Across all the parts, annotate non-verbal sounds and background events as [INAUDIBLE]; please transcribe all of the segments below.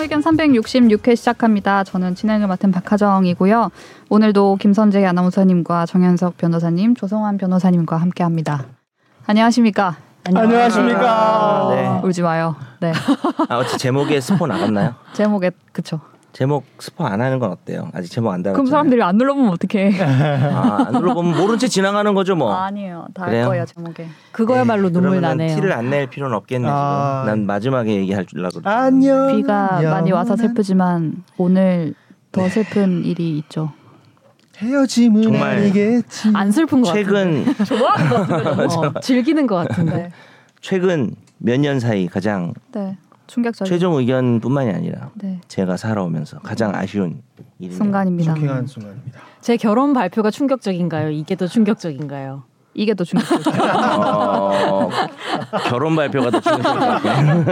의견 366회 시작합니다. 저는 진행을 맡은 박하정이고요. 오늘도 김선재 아나운서님과 정현석 변호사님, 조성환 변호사님과 함께합니다. 안녕하십니까? 안녕하십니까. 네. 울지 마요. 네. 아, 어째 제목에 스포 나갔나요? 제목에 그쵸. 제목 스포 안 하는 건 어때요? 아직 제목 안 나갔잖아요. 그럼 사람들이 안 눌러보면 어떡해? 아, 안 눌러보면 모른 채 지나가는 거죠 뭐. 아니에요. 다 할 그래요? 거예요 제목에. 그거야말로 에이, 눈물 그러면은 나네요. 티를 안 낼 필요는 없겠네. 아. 지금. 난 마지막에 얘기할 줄알고 안녕. 비가 많이 와서 영원한 슬프지만 오늘 더 슬픈 일이 있죠. 헤어짐은 정말. 아니겠지. 안 슬픈 것 최근 좋아하는 [LAUGHS] 것 같은데. 어, 즐기는 것 같은데. 최근 몇 년 사이 가장 네. 충격적인 최종 의견뿐만이 아니라 네. 제가 살아오면서 가장 아쉬운 일이네요. 순간입니다. 쇼킹한 순간입니다. 제 결혼 발표가 충격적인가요? 이게 더 충격적인가요? 이게 더 충격적이죠. 어, 결혼 발표가 더 중요할 것 같긴 해요.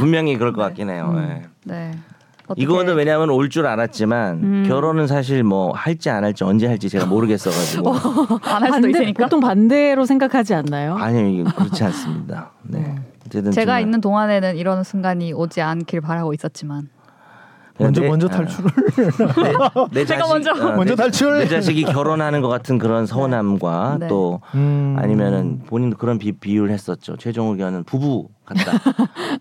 [LAUGHS] 분명히 그럴 것 같긴 해요. 예. 네. 어떻게- 이거는 왜냐하면 올 줄 알았지만 음. 결혼은 사실 뭐 할지 안 할지 언제 할지 [LAUGHS] 제가 모르겠어가지고 안할 수도 있으니까. 보통 반대로 생각하지 않나요? 아니요 이게 그렇지 않습니다. 네. 어쨌든 제가 정말 있는 동안에는 이런 순간이 오지 않길 바라고 있었지만 먼저 내- 먼저 아, 탈출을. 내 제가 자식- 먼저. 아, 먼저 내 자- 탈출. [LAUGHS] 내 자식이 결혼하는 것 같은 그런 서운함과 네. 또 음. 아니면은 본인도 그런 비, 비유를 했었죠. 최종 의견은 부부 [LAUGHS] 같다.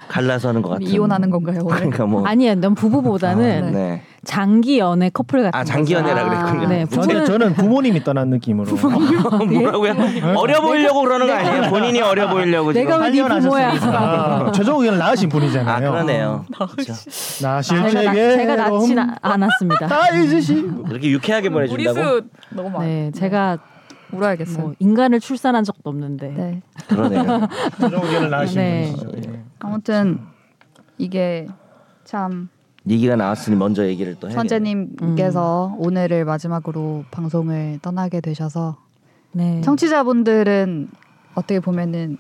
갈라서는 것 같은. 이혼하는 건가요 오늘? 그러니까 뭐 아니에요. 난 부부보다는 아, 네. 장기 연애 커플 같은 아 장기 거죠. 연애라 아, 그랬군요. 네, 저는, 부모는- 저는 부모님이 떠난 느낌으로. 아, 뭐라고요? 네. 어려 보이려고 그러는 거 아니에요? 본인이 어려 보이려고 내가 지금. 왜 네 부모야? 하셨으니까 최종 의견을 낳으신 아 분이잖아요. 그러네요. 나실 제가, 나- 제게 제가 낳진 다 [LAUGHS] 아- 않았습니다. 잊으시. 그렇게 유쾌하게 보내준다고? 무리수 너무 많아. 네, 제가 울어야겠어요. 뭐 인간을 출산한 적도 없는데. 네. [LAUGHS] 그러네요. 최종 의견을 낳으신 네. 분이시죠. 예. 아무튼 이게 참 얘기가 나왔으니 먼저 얘기를 또 해. 음. 선재님께서 오늘을 마지막으로 방송을 떠나게 되셔서 네. 청취자분들은 어떻게 보면은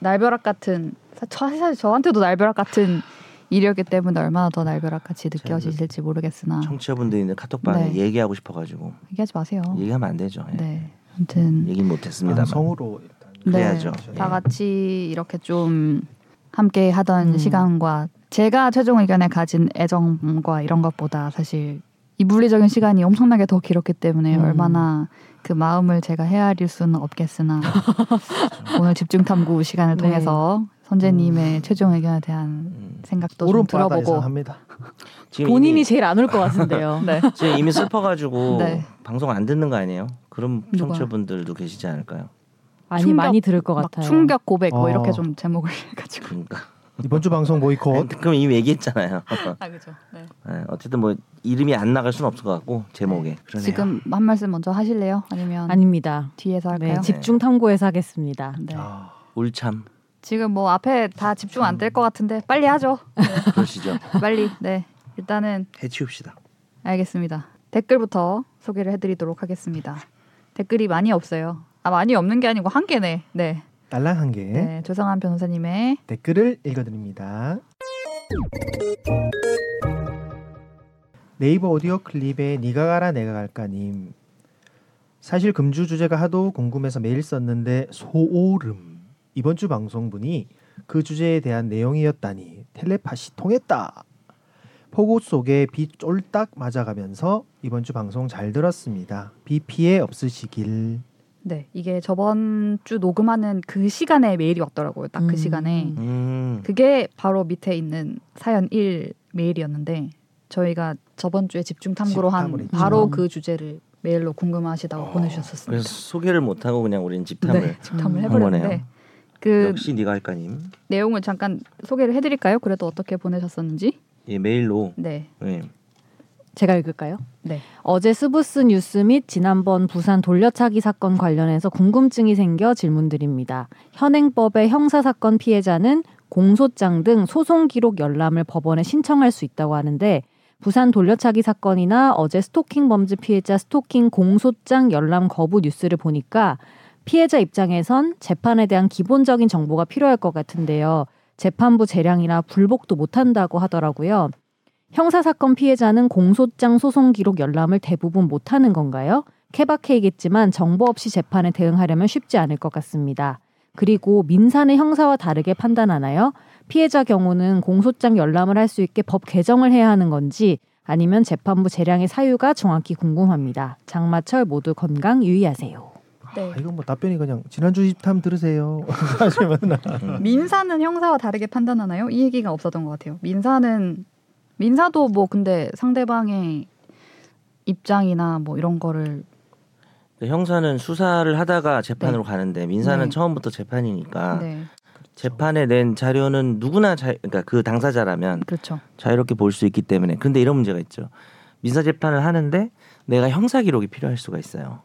날벼락 같은 사- 저- 사실 저한테도 날벼락 같은 일이었기 때문에 얼마나 더 날벼락 같이 느껴지실지 모르겠으나 청취자분들이 있는 카톡방에 네. 얘기하고 싶어가지고 얘기하지 마세요. 얘기하면 안 되죠. 예. 네. 아무튼 얘기 못했습니다만. 방송으로 일단. 그래야죠. 예. 네, 다 같이 이렇게 좀 함께 하던 음. 시간과 제가 최종 의견에 가진 애정과 이런 것보다 사실 이 물리적인 시간이 엄청나게 더 길었기 때문에 음. 얼마나 그 마음을 제가 헤아릴 수는 [LAUGHS] 없겠으나 오늘 집중 탐구 시간을 네. 통해서 선재님의 최종 의견에 대한 음. 생각도 좀 오른바다에서 들어보고 합니다. 지금 본인이 이미, 제일 안 올 것 같은데요. [LAUGHS] 네. 지금 이미 [LAUGHS] 슬퍼가지고 네. 방송 안 듣는 거 아니에요? 그럼 누가? 청취자분들도 계시지 않을까요? 아니 충격- 많이 들을 것 막 같아요. 충격 고백 뭐 어. 이렇게 좀 제목을 [LAUGHS] 해가지고 그러니까. 이번 주 방송 보이콧. [LAUGHS] 그럼 이미 얘기했잖아요. [LAUGHS] 아 그죠 네. 예, 어쨌든 뭐 이름이 안 나갈 수는 없을 것 같고 제목에. 그러네요. 지금 한 말씀 먼저 하실래요 아니면 아닙니다. 뒤에서 할까요? 네, 집중 탐구해서 하겠습니다. 네. 아, 울참 지금 뭐 앞에 다 집중 안 될 것 같은데 빨리 하죠. [LAUGHS] 그러시죠. 빨리. 네. 일단은 해치웁시다. 알겠습니다. 댓글부터 소개를 해드리도록 하겠습니다. 댓글이 많이 없어요. 아 많이 없는 게 아니고 한 개네. 네. 딸랑 한 개. 네. 조성한 변호사님의 댓글을 읽어드립니다. 네이버 오디오 클립에 니가 가라 내가 갈까님 사실 금주 주제가 하도 궁금해서 매일 썼는데 소오름 이번 주 방송분이 그 주제에 대한 내용이었다니 텔레파시 통했다 폭우 속에 비 쫄딱 맞아가면서 이번 주 방송 잘 들었습니다 비 피해 없으시길 네 이게 저번 주 녹음하는 그 시간에 메일이 왔더라고요. 딱 그 음. 시간에 음. 그게 바로 밑에 있는 사연 1 메일이었는데 저희가 저번 주에 집중 탐구로 한 집탐을 했죠. 바로 음. 그 주제를 메일로 궁금하시다고 어, 보내주셨었습니다. 어, 그래서 소개를 못 하고 그냥 우리는 집탐을 네, 집탐을 음. 해버렸는데 거네요. 그 역시 네가 할까님. 내용을 잠깐 소개를 해드릴까요? 그래도 어떻게 보내셨었는지? 예, 메일로. 네. 예. 제가 읽을까요? 네. 어제 스브스 뉴스 및 지난번 부산 돌려차기 사건 관련해서 궁금증이 생겨 질문드립니다. 현행법의 형사 사건 피해자는 공소장 등 소송 기록 열람을 법원에 신청할 수 있다고 하는데 부산 돌려차기 사건이나 어제 스토킹 범죄 피해자 스토킹 공소장 열람 거부 뉴스를 보니까 피해자 입장에선 재판에 대한 기본적인 정보가 필요할 것 같은데요. 재판부 재량이나 불복도 못한다고 하더라고요. 형사사건 피해자는 공소장 소송 기록 열람을 대부분 못하는 건가요? 케바케이겠지만 정보 없이 재판에 대응하려면 쉽지 않을 것 같습니다. 그리고 민사는 형사와 다르게 판단하나요? 피해자 경우는 공소장 열람을 할 수 있게 법 개정을 해야 하는 건지 아니면 재판부 재량의 사유가 정확히 궁금합니다. 장마철 모두 건강 유의하세요. 네. 아, 이건 뭐 답변이 그냥 지난주 집탐 들으세요. [LAUGHS] 하시면 아, 민사는 형사와 다르게 판단하나요? 이 얘기가 없었던 것 같아요. 민사는 민사도 뭐 근데 상대방의 입장이나 뭐 이런 거를 근데 그 형사는 수사를 하다가 재판으로 가는데 민사는 네. 처음부터 재판이니까 네 재판에 낸 자료는 누구나 자, 그러니까 그 당사자라면 그렇죠. 자유롭게 볼 수 있기 때문에 근데 이런 문제가 있죠. 민사 재판을 하는데 내가 형사 기록이 필요할 수가 있어요.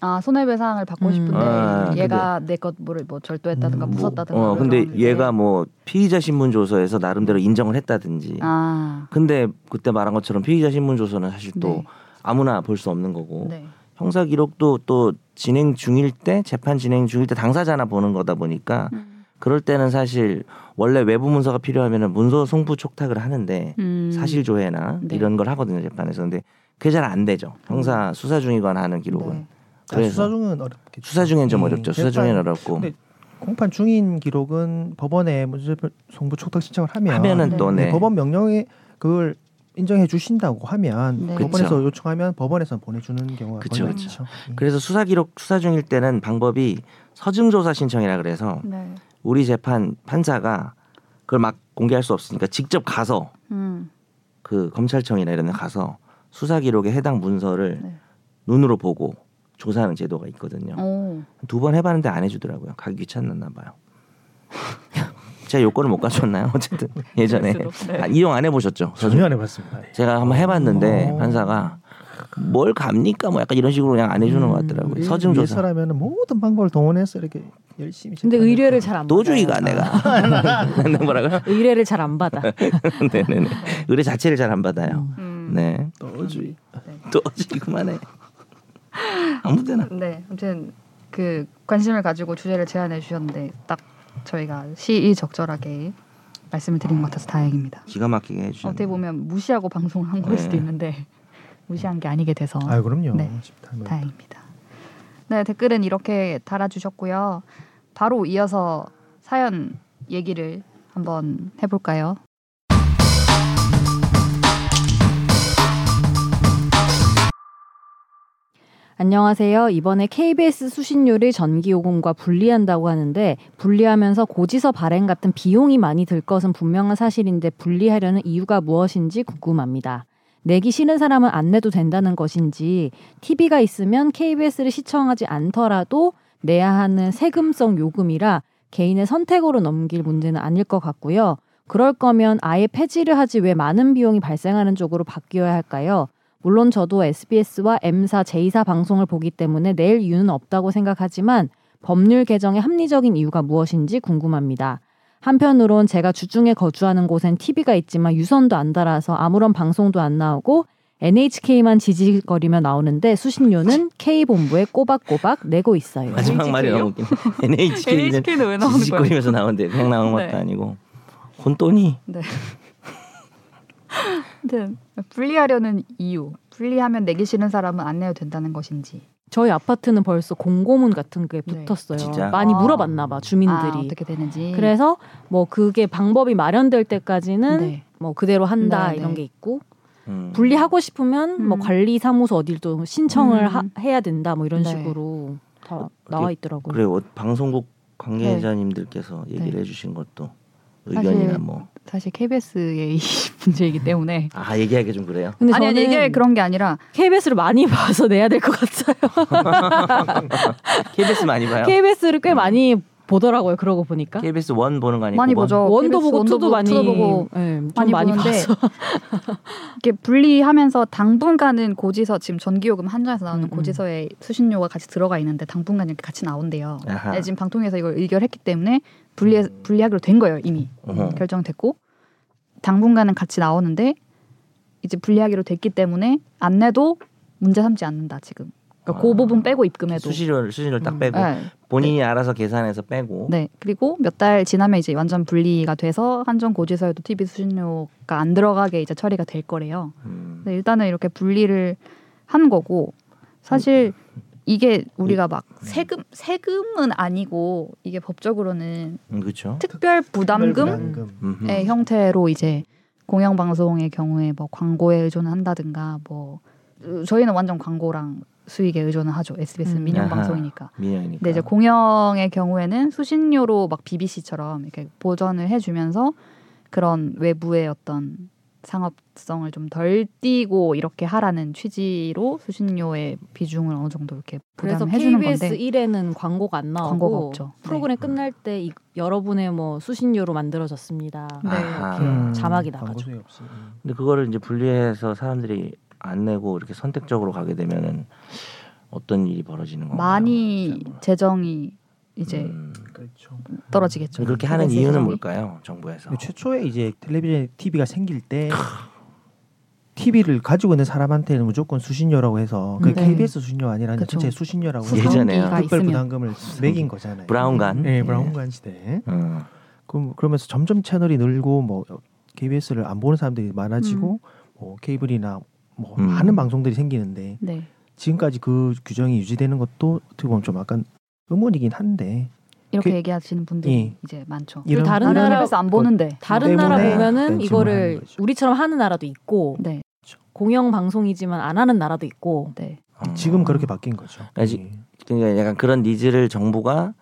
아 손해배상을 받고 음. 싶은데 뭐 아, 얘가 내 것 뭐를 뭐 절도했다든가 음, 뭐, 부쉈다든가 어 그런 네. 근데 건데. 얘가 뭐 피의자 신문 조서에서 나름대로 인정을 했다든지. 아 근데 그때 말한 것처럼 피의자 신문 조서는 사실 또 네. 아무나 볼 수 없는 거고 네. 형사 기록도 또 진행 중일 때 재판 진행 중일 때 당사자나 보는 거다 보니까 음. 그럴 때는 사실 원래 외부 문서가 필요하면은 문서 송부 촉탁을 하는데 음. 사실 조회나 네. 음. 이런 걸 하거든요 재판에서 근데 그게 잘 안 되죠 형사 수사 중이거나 하는 기록은 네. 그래서 아, 수사 중은 어렵겠죠. 수사 중엔 좀 음, 어렵죠 수사 중엔 재판- 어렵고 근데 공판 중인 기록은 법원에 문제 송부 촉탁 신청을 하면 하면은 네. 또 네, 네. 법원 명령에 그걸 인정해 주신다고 하면 네. 법원에서 그쵸. 요청하면 법원에서 보내주는 경우가 그쵸, 거의 그쵸. 많죠. 음. 그래서 수사 기록 수사 중일 때는 방법이 서증 조사 신청이라 그래서 네. 우리 재판 판사가 그걸 막 공개할 수 없으니까 직접 가서 음. 그 검찰청이나 이런 데 가서 수사 기록에 해당 문서를 네. 어. 눈으로 보고 조사하는 제도가 있거든요. 오. 두 번 해봤는데 안 해주더라고요. 가기 귀찮았나 봐요. [LAUGHS] 제가 요건을 못 가져왔나요? 어쨌든 예전에 아, 이용 안 해보셨죠? 전혀 안 해봤습니다. 예. 제가 한번 해봤는데 어. 판사가 뭘 갑니까? 뭐 약간 이런 식으로 그냥 안 해주는 것 음, 같더라고요. 우리 서증 조사. 위해서라면 모든 방법을 동원해서 이렇게 열심히. 근데 재판을 의뢰를 잘 안 받아. 노주의가 아. 내가 [LAUGHS] 뭐라고요? 의뢰를 잘 안 받아. [LAUGHS] 네네네. 의뢰 자체를 잘 안 받아요. 음. 네. 떠주의. 또 어지 그만해. 아무데나. 네, 아무튼 그 관심을 가지고 주제를 제안해 주셨는데 딱 저희가 시의적절하게 말씀을 드린 것 같아서 다행입니다. 기가 막히게 해주셨네. 어떻게 보면 무시하고 방송을 한 거일 수도 네. 있는데 [LAUGHS] 무시한 게 아니게 돼서 아 그럼요. 네. 집탐은. 다행입니다. 네, 댓글은 이렇게 달아주셨고요. 바로 이어서 사연 얘기를 한번 해볼까요? 안녕하세요. 이번에 KBS 수신료를 전기요금과 분리한다고 하는데 분리하면서 고지서 발행 같은 비용이 많이 들 것은 분명한 사실인데 분리하려는 이유가 무엇인지 궁금합니다. 내기 싫은 사람은 안 내도 된다는 것인지 TV가 있으면 KBS를 시청하지 않더라도 내야 하는 세금성 요금이라 개인의 선택으로 넘길 문제는 아닐 것 같고요. 그럴 거면 아예 폐지를 하지 왜 많은 비용이 발생하는 쪽으로 바뀌어야 할까요? 물론 저도 SBS와 M사, J사 방송을 보기 때문에 낼 이유는 없다고 생각하지만 법률 개정의 합리적인 이유가 무엇인지 궁금합니다. 한편으론 제가 주중에 거주하는 곳엔 TV가 있지만 유선도 안 달아서 아무런 방송도 안 나오고 NHK만 지지거리며 나오는데 수신료는 K본부에 꼬박꼬박 내고 있어요. 마지막 말이 너무 웃기네. [LAUGHS] NHK는 왜 지지거리면서 나오는데 그냥 나온 것도 네. 아니고 혼돈이 네. 아무튼 네. 분리하려는 이유, 분리하면 내기 싫은 사람은 안 내도 된다는 것인지 아, 저희 아파트는 벌써 공고문 같은 게 네. 붙었어요. 진짜? 많이 아. 물어봤나 봐 아, 주민들이. 어떻게 되는지 그래서 뭐 그게 방법이 마련될 때까지는 네. 뭐 그대로 한다 네, 이런 네. 게 있고 음. 분리하고 싶으면 뭐 음. 관리 사무소 어딜 또 신청을 음. 하- 해야 된다 뭐 이런 네. 식으로 다 나와 있더라고요. 어, 그래 요 어, 방송국 관계자님들께서 얘기를 네. 해주신 것도 의견이나 사실- 뭐. 사실 KBS의 이 [LAUGHS] 문제이기 때문에 아 얘기하기 좀 [LAUGHS] 그래요. 근데 아니 저는 아니 이게 그런 게 아니라 KBS를 많이 [LAUGHS] 봐서 내야 될 것 같아요. KBS 많이 봐요. 음. KBS를 꽤 많이 보더라고요. 그러고 보니까 KBS 원 보는 거 아니고 많이 원? 보죠. 원도 KBS 보고 원도 투도 보고, 많이 투도 보고 예, 좀 많이 많이 보는데 봐서 [LAUGHS] 이렇게 분리하면서 당분간은 고지서 지금 전기요금 한정에서 나오는 음, 음. 고지서에 수신료가 같이 들어가 있는데 당분간 이렇게 같이 나온대요. 아하. 음. 근데 네, 지금 방통위에서 이걸 의결했기 때문에 분리 분리하기로 된 거예요 이미 어허. 결정됐고 당분간은 같이 나오는데 이제 분리하기로 됐기 때문에 안 내도 문제 삼지 않는다 지금. 그러니까 그 아. 부분 빼고 입금해도. 수시료를 수신료를 딱 음. 빼고 네, 본인이 알아서 계산해서 빼고 네. 그리고 몇 달 지나면 이제 완전 분리가 돼서 한정 고지서에도 TV 수신료가 안 들어가게 이제 처리가 될 거래요. 음. 음. 네, 일단은 이렇게 분리를 한 거고 사실 이게 우리가 막 세금 세금은 아니고 이게 법적으로는 음, 그렇죠. 특별 부담금의 네, 부담금. 음흠. 형태로 이제 공영 방송의 경우에 뭐 광고에 의존한다든가 뭐 으, 저희는 완전 광고랑 수익에 의존을 하죠. SBS는 음. 민영 아하. 그러니까. 방송이니까. 미연이니까. 근데 네, 이제 공영의 경우에는 수신료로 막 BBC처럼 이렇게 보전을 해주면서 그런 외부의 어떤 상업성을 좀 덜 띄고 이렇게 하라는 취지로 수신료의 비중을 어느 정도 이렇게 그래서 부담해주는 KBS 건데 1에는 광고가 안 나오고 광고가 없죠. 네. 프로그램 끝날 때 이- 여러분의 뭐 수신료로 만들어졌습니다. 네. 아하. 이렇게. 음. 자막이 나가죠. 광고 수익 없어. 음. 근데 그거를 이제 분리해서 사람들이 안 내고 이렇게 선택적으로 가게 되면은 어떤 일이 벌어지는 건가요? 많이 잘 몰라. 재정이 이제 어. 음. 그렇죠. 떨어지겠죠. 그렇게 하는 KBS 이유는 재정이. 뭘까요? 정부에서. 근데 최초에 이제 텔레비전 TV가 생길 때 TV를 가지고 있는 사람한테는 무조건 수신료라고 해서 그 음, 네. KBS 수신료 아니라 그쵸. 전체 수신료라고 해서 예전에 수상기가 특별 있으면 부담금을 매긴 거잖아요. 브라운관. 예, 브라운관 시대. 음. 그럼 그러면서 점점 채널이 늘고 뭐 KBS를 안 보는 사람들이 많아지고 뭐 케이블이나 뭐 음. 많은 방송들이 생기는데 네. 지금까지 그 규정이 유지되는 것도 어떻게 보면 좀 약간 의문이긴 한데 이렇게 그- 얘기하시는 분들이 예. 이제 많죠. 이런 다른 나는 나라- KBS 안 어. 보는데. 다른 나라 때문에 네, 보면은 질문하는 이거를 거죠. 우리처럼 하는 나라도 있고 네. 공영 방송이지만 안 하는 나라도 있고 네. 어. 지금 그렇게 바뀐 거죠. 아직- 예. 그러니까 약간 그런 니즈를 정부가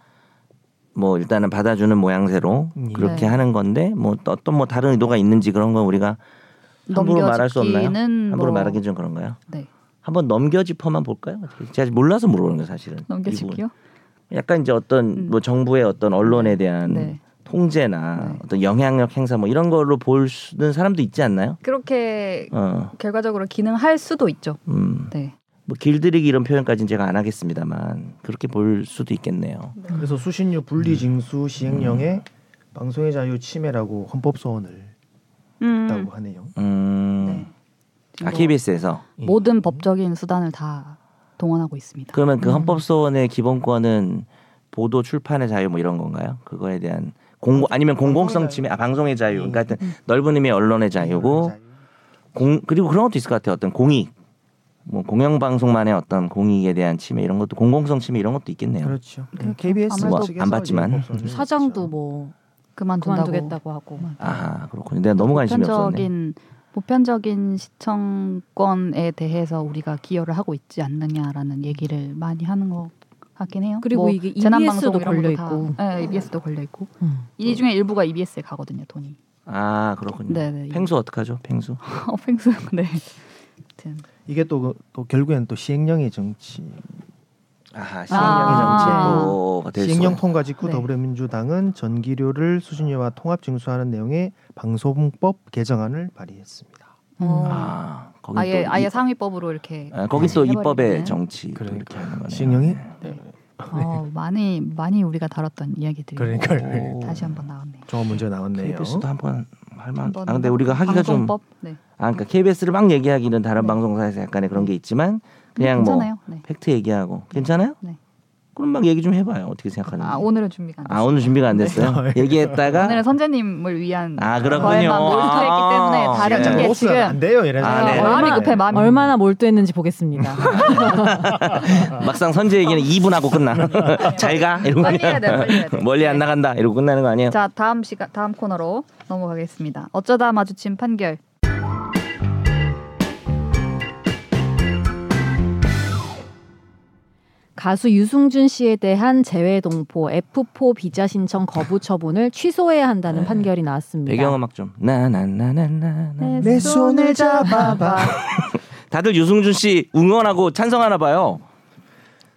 뭐 일단은 받아주는 모양새로 음, 그렇게 네. 하는 건데 뭐 또- 어떤 뭐 다른 의도가 있는지 그런 건 우리가 함부로 말할 수 없나요? 넘겨짚기는 함부로 뭐- 말하기 좀 그런가요? 네. 한번 넘겨짚어만 볼까요? 제가 몰라서 물어보는 거 사실은. 이 부분. 넘겨짚기요? 약간 이제 어떤 음. 뭐 정부의 어떤 언론에 대한 네. 통제나 네. 어떤 영향력 행사 뭐 이런 걸로 볼 수는 사람도 있지 않나요? 그렇게 어, 결과적으로 기능할 수도 있죠. 음, 네. 뭐 길들이기 이런 표현까지는 제가 안 하겠습니다만 그렇게 볼 수도 있겠네요. 그래서 수신료 음. 분리 징수 시행령에 방송의 자유 침해라고 헌법 소원을 했다고 음. 하네요. 음, 네. 뭐 아 KBS에서 예. 모든 법적인 수단을 다 동원하고 있습니다. 그러면 그 음. 헌법소원의 기본권은 보도 출판의 자유 뭐 이런 건가요? 그거에 대한 음. 공 아니면 공공성 침해 아 방송의 자유 네. 그러니까 하여튼 넓은 의미의 언론의 자유고 공 그리고 그런 것도 있을 것 같아요. 어떤 공익 뭐 공영방송만의 어떤 공익에 대한 침해 이런 것도 공공성 침해 이런 것도 있겠네요. 그렇죠. 네, KBS 아무래도 측에서 안 봤지만. 헌법 소원을 사장도 냈죠. 뭐 그만둔다고. 음. 그만두겠다고 하고 아 그렇군요. 내가 너무 관심이 없었네. 보편적인 보편적인 시청권에 대해서 우리가 기여를 하고 있지 않느냐라는 얘기를 많이 하는 것 같긴 해요. 그리고 뭐 이게 재난방송 EBS도 이런 것도 걸려 다- 있고. 네, EBS도 걸려 있고 음. 이 중에 일부가 E EBS에 가거든요, 돈이. 아 그렇군요. 네네. 팽수 어떡하죠? 팽수. [LAUGHS] 어, 펭수. 네. 아무튼 그렇죠. 이게 또 그, 또 결국엔 또 시행령의 정치 아하 아. 시행령의 정치가 될 시행령 수. 통과 직후 네. 더불어민주당은 전기료를 수신료와 통합 징수하는 내용의 방송법 개정안을 발의했습니다. 어, 아 거기 아예 또 아예 이- 상위법으로 이렇게 아, 거긴 또 해버리면은. 입법의 정치 또 이렇게 그러니까요. 하는 거네요. 시행령이? 어, 많이 많이 우리가 다뤘던 이야기들이 그러니까요. 오. 다시 한번 나왔네요. 저 문제 나왔네요. KBS도 한번 할만. 한번 아 근데 우리가 하기가 좀. 방송법? 네. 아 그러니까 KBS를 막 얘기하기는 다른 네. 방송사에서 약간의 그런 게 있지만 네, 그냥 뭐 괜찮아요. 네. 팩트 얘기하고 괜찮아요? 네. 그럼 막 얘기 좀 해봐요. 어떻게 생각하는지. 아 오늘은 준비가 안 됐어요. 아, 오늘 준비가 안 됐어요. 얘기했다가 오늘은 네, 선재님을 위한 아 거에만 그렇군요. 몰두했기 때문에 아, 다른 네. 게 못 쓰면 지금- 안 돼요. 이래서 아, 네. 마음이 급해 마음이 얼마나 [LAUGHS] 몰두했는지 보겠습니다. 막상 선제 얘기는 2분 [LAUGHS] 하고 끝나. 잘 가. 이러고 빨리 해야 돼, 빨리 해야 돼. 멀리 안 나간다. 이러고 끝나는 거 아니에요? 자 다음 시간 다음 코너로 넘어가겠습니다. 어쩌다 마주친 판결. 가수 유승준 씨에 대한 재외 동포 F4 비자 신청 거부 처분을 취소해야 한다는 판결이 나왔습니다. 배경음악 좀. 나나나나나. 음. 내 손을 잡아봐. 다들 유승준 씨 응원하고 찬성하나 봐요.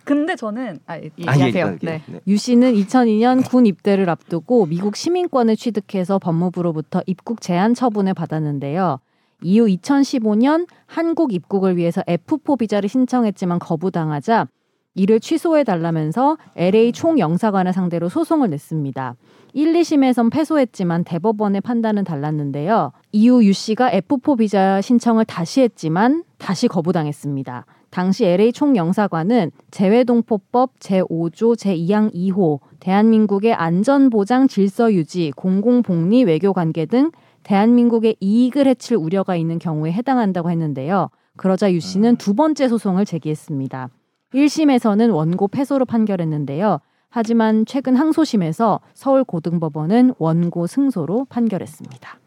근데 저는 아 예, 아, 예, 얘기하세요. 예, 예. 네. 네. 유 씨는 2002년 군 입대를 앞두고 미국 시민권을 취득해서 법무부로부터 입국 제한 처분을 받았는데요. 이후 2015년 한국 입국을 위해서 F4 비자를 신청했지만 거부당하자 이를 취소해 달라면서 LA 총영사관을 상대로 소송을 냈습니다. 1, 2심에선 패소했지만 대법원의 판단은 달랐는데요. 이후 유 씨가 F4 비자 신청을 다시 했지만 다시 거부당했습니다. 당시 LA 총영사관은 재외동포법 제5조 제2항 2호 대한민국의 안전보장 질서유지 공공복리 외교관계 등 대한민국의 이익을 해칠 우려가 있는 경우에 해당한다고 했는데요. 그러자 유 씨는 두 번째 소송을 제기했습니다. 1심에서는 원고 패소로 판결했는데요. 하지만 최근 항소심에서 서울고등법원은 원고 승소로 판결했습니다.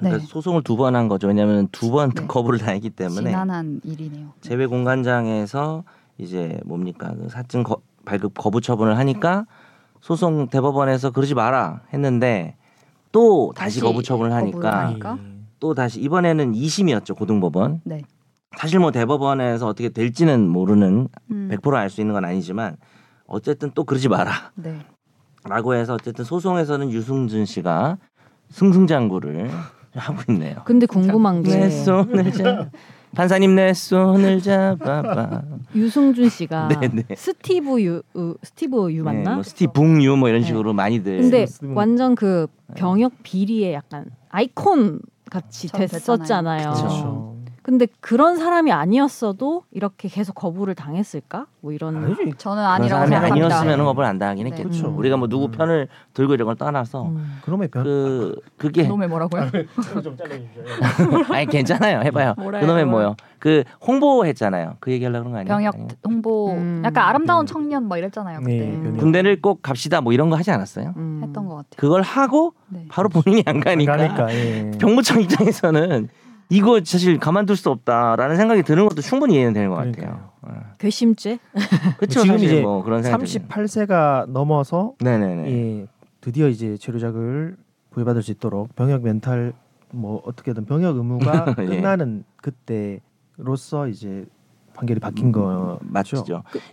네. 그러니까 소송을 두 번 한 거죠. 왜냐하면 두 번 네. [LAUGHS] 거부를 당했기 때문에 지난한 일이네요. 재외 공관장에서 이제 뭡니까 그 사증 거- 발급 거부 처분을 하니까 소송 대법원에서 그러지 마라 했는데 또 다시, 다시 거부 처분을 거부를 하니까 하니까. 그러니까? 또 다시 이번에는 2심이었죠 고등법원. 네. 사실 뭐 대법원에서 어떻게 될지는 모르는 음, 100%알 수 있는 건 아니지만 어쨌든 또 그러지 마라라고 네. 해서 어쨌든 소송에서는 유승준 씨가 승승장구를 하고 있네요. 근데 궁금한 게 내 손을 잡 판사님 내 손을 잡아봐. 유승준 씨가 [LAUGHS] 네, 네. 스티브 유 으, 스티브 유 네, 맞나? 뭐 스티붕유 뭐 네. 이런 식으로 많이들 근데 스티브- 완전 그 네. 병역 비리의 약간 아이콘 같이 참 됐었잖아요. 그렇죠. 어. 근데 그런 사람이 아니었어도 이렇게 계속 거부를 당했을까? 뭐 이런 음. 아니지. 저는 그런 아니라고 사람이 생각합니다. 아니었으면 법을 안 당하긴 네. 했겠죠. 그쵸. 우리가 뭐 누구 음. 편을 들고 이런 걸 떠나서 음. 그놈의 변. 그 그게 네. 놈의 뭐라고요? 그 좀 잘라주세요. [LAUGHS] 예. 아니 괜찮아요. 해봐요. 뭐라 그놈의 해요? 뭐요? 그 홍보했잖아요. 그 얘기하려고 그런 거 아니에요? 병역 아니에요? 홍보 음. 약간 아름다운 음. 청년 뭐 이랬잖아요 네, 그때 음. 변형. 군대를 꼭 갑시다 뭐 이런 거 하지 않았어요? 음. 했던 것 같아요. 그걸 하고 네. 바로 본인이 안 가니까, 그러니까 예. 병무청 입장에서는 이거 사실 가만둘 수 없다라는 생각이 드는 것도 충분히 이해는 되는 것 같아요. 괘씸죄? 그렇죠. 지금 사실 이제 뭐 그런 생각이 38세가 넘어서 들어요. 네네네. 예, 드디어 이제 체류작을 부여받을 수 있도록 병역 멘탈 뭐 어떻게든 병역 의무가 [LAUGHS] 예. 끝나는 그때로서 이제 판결이 바뀐 그 거 음, 맞죠.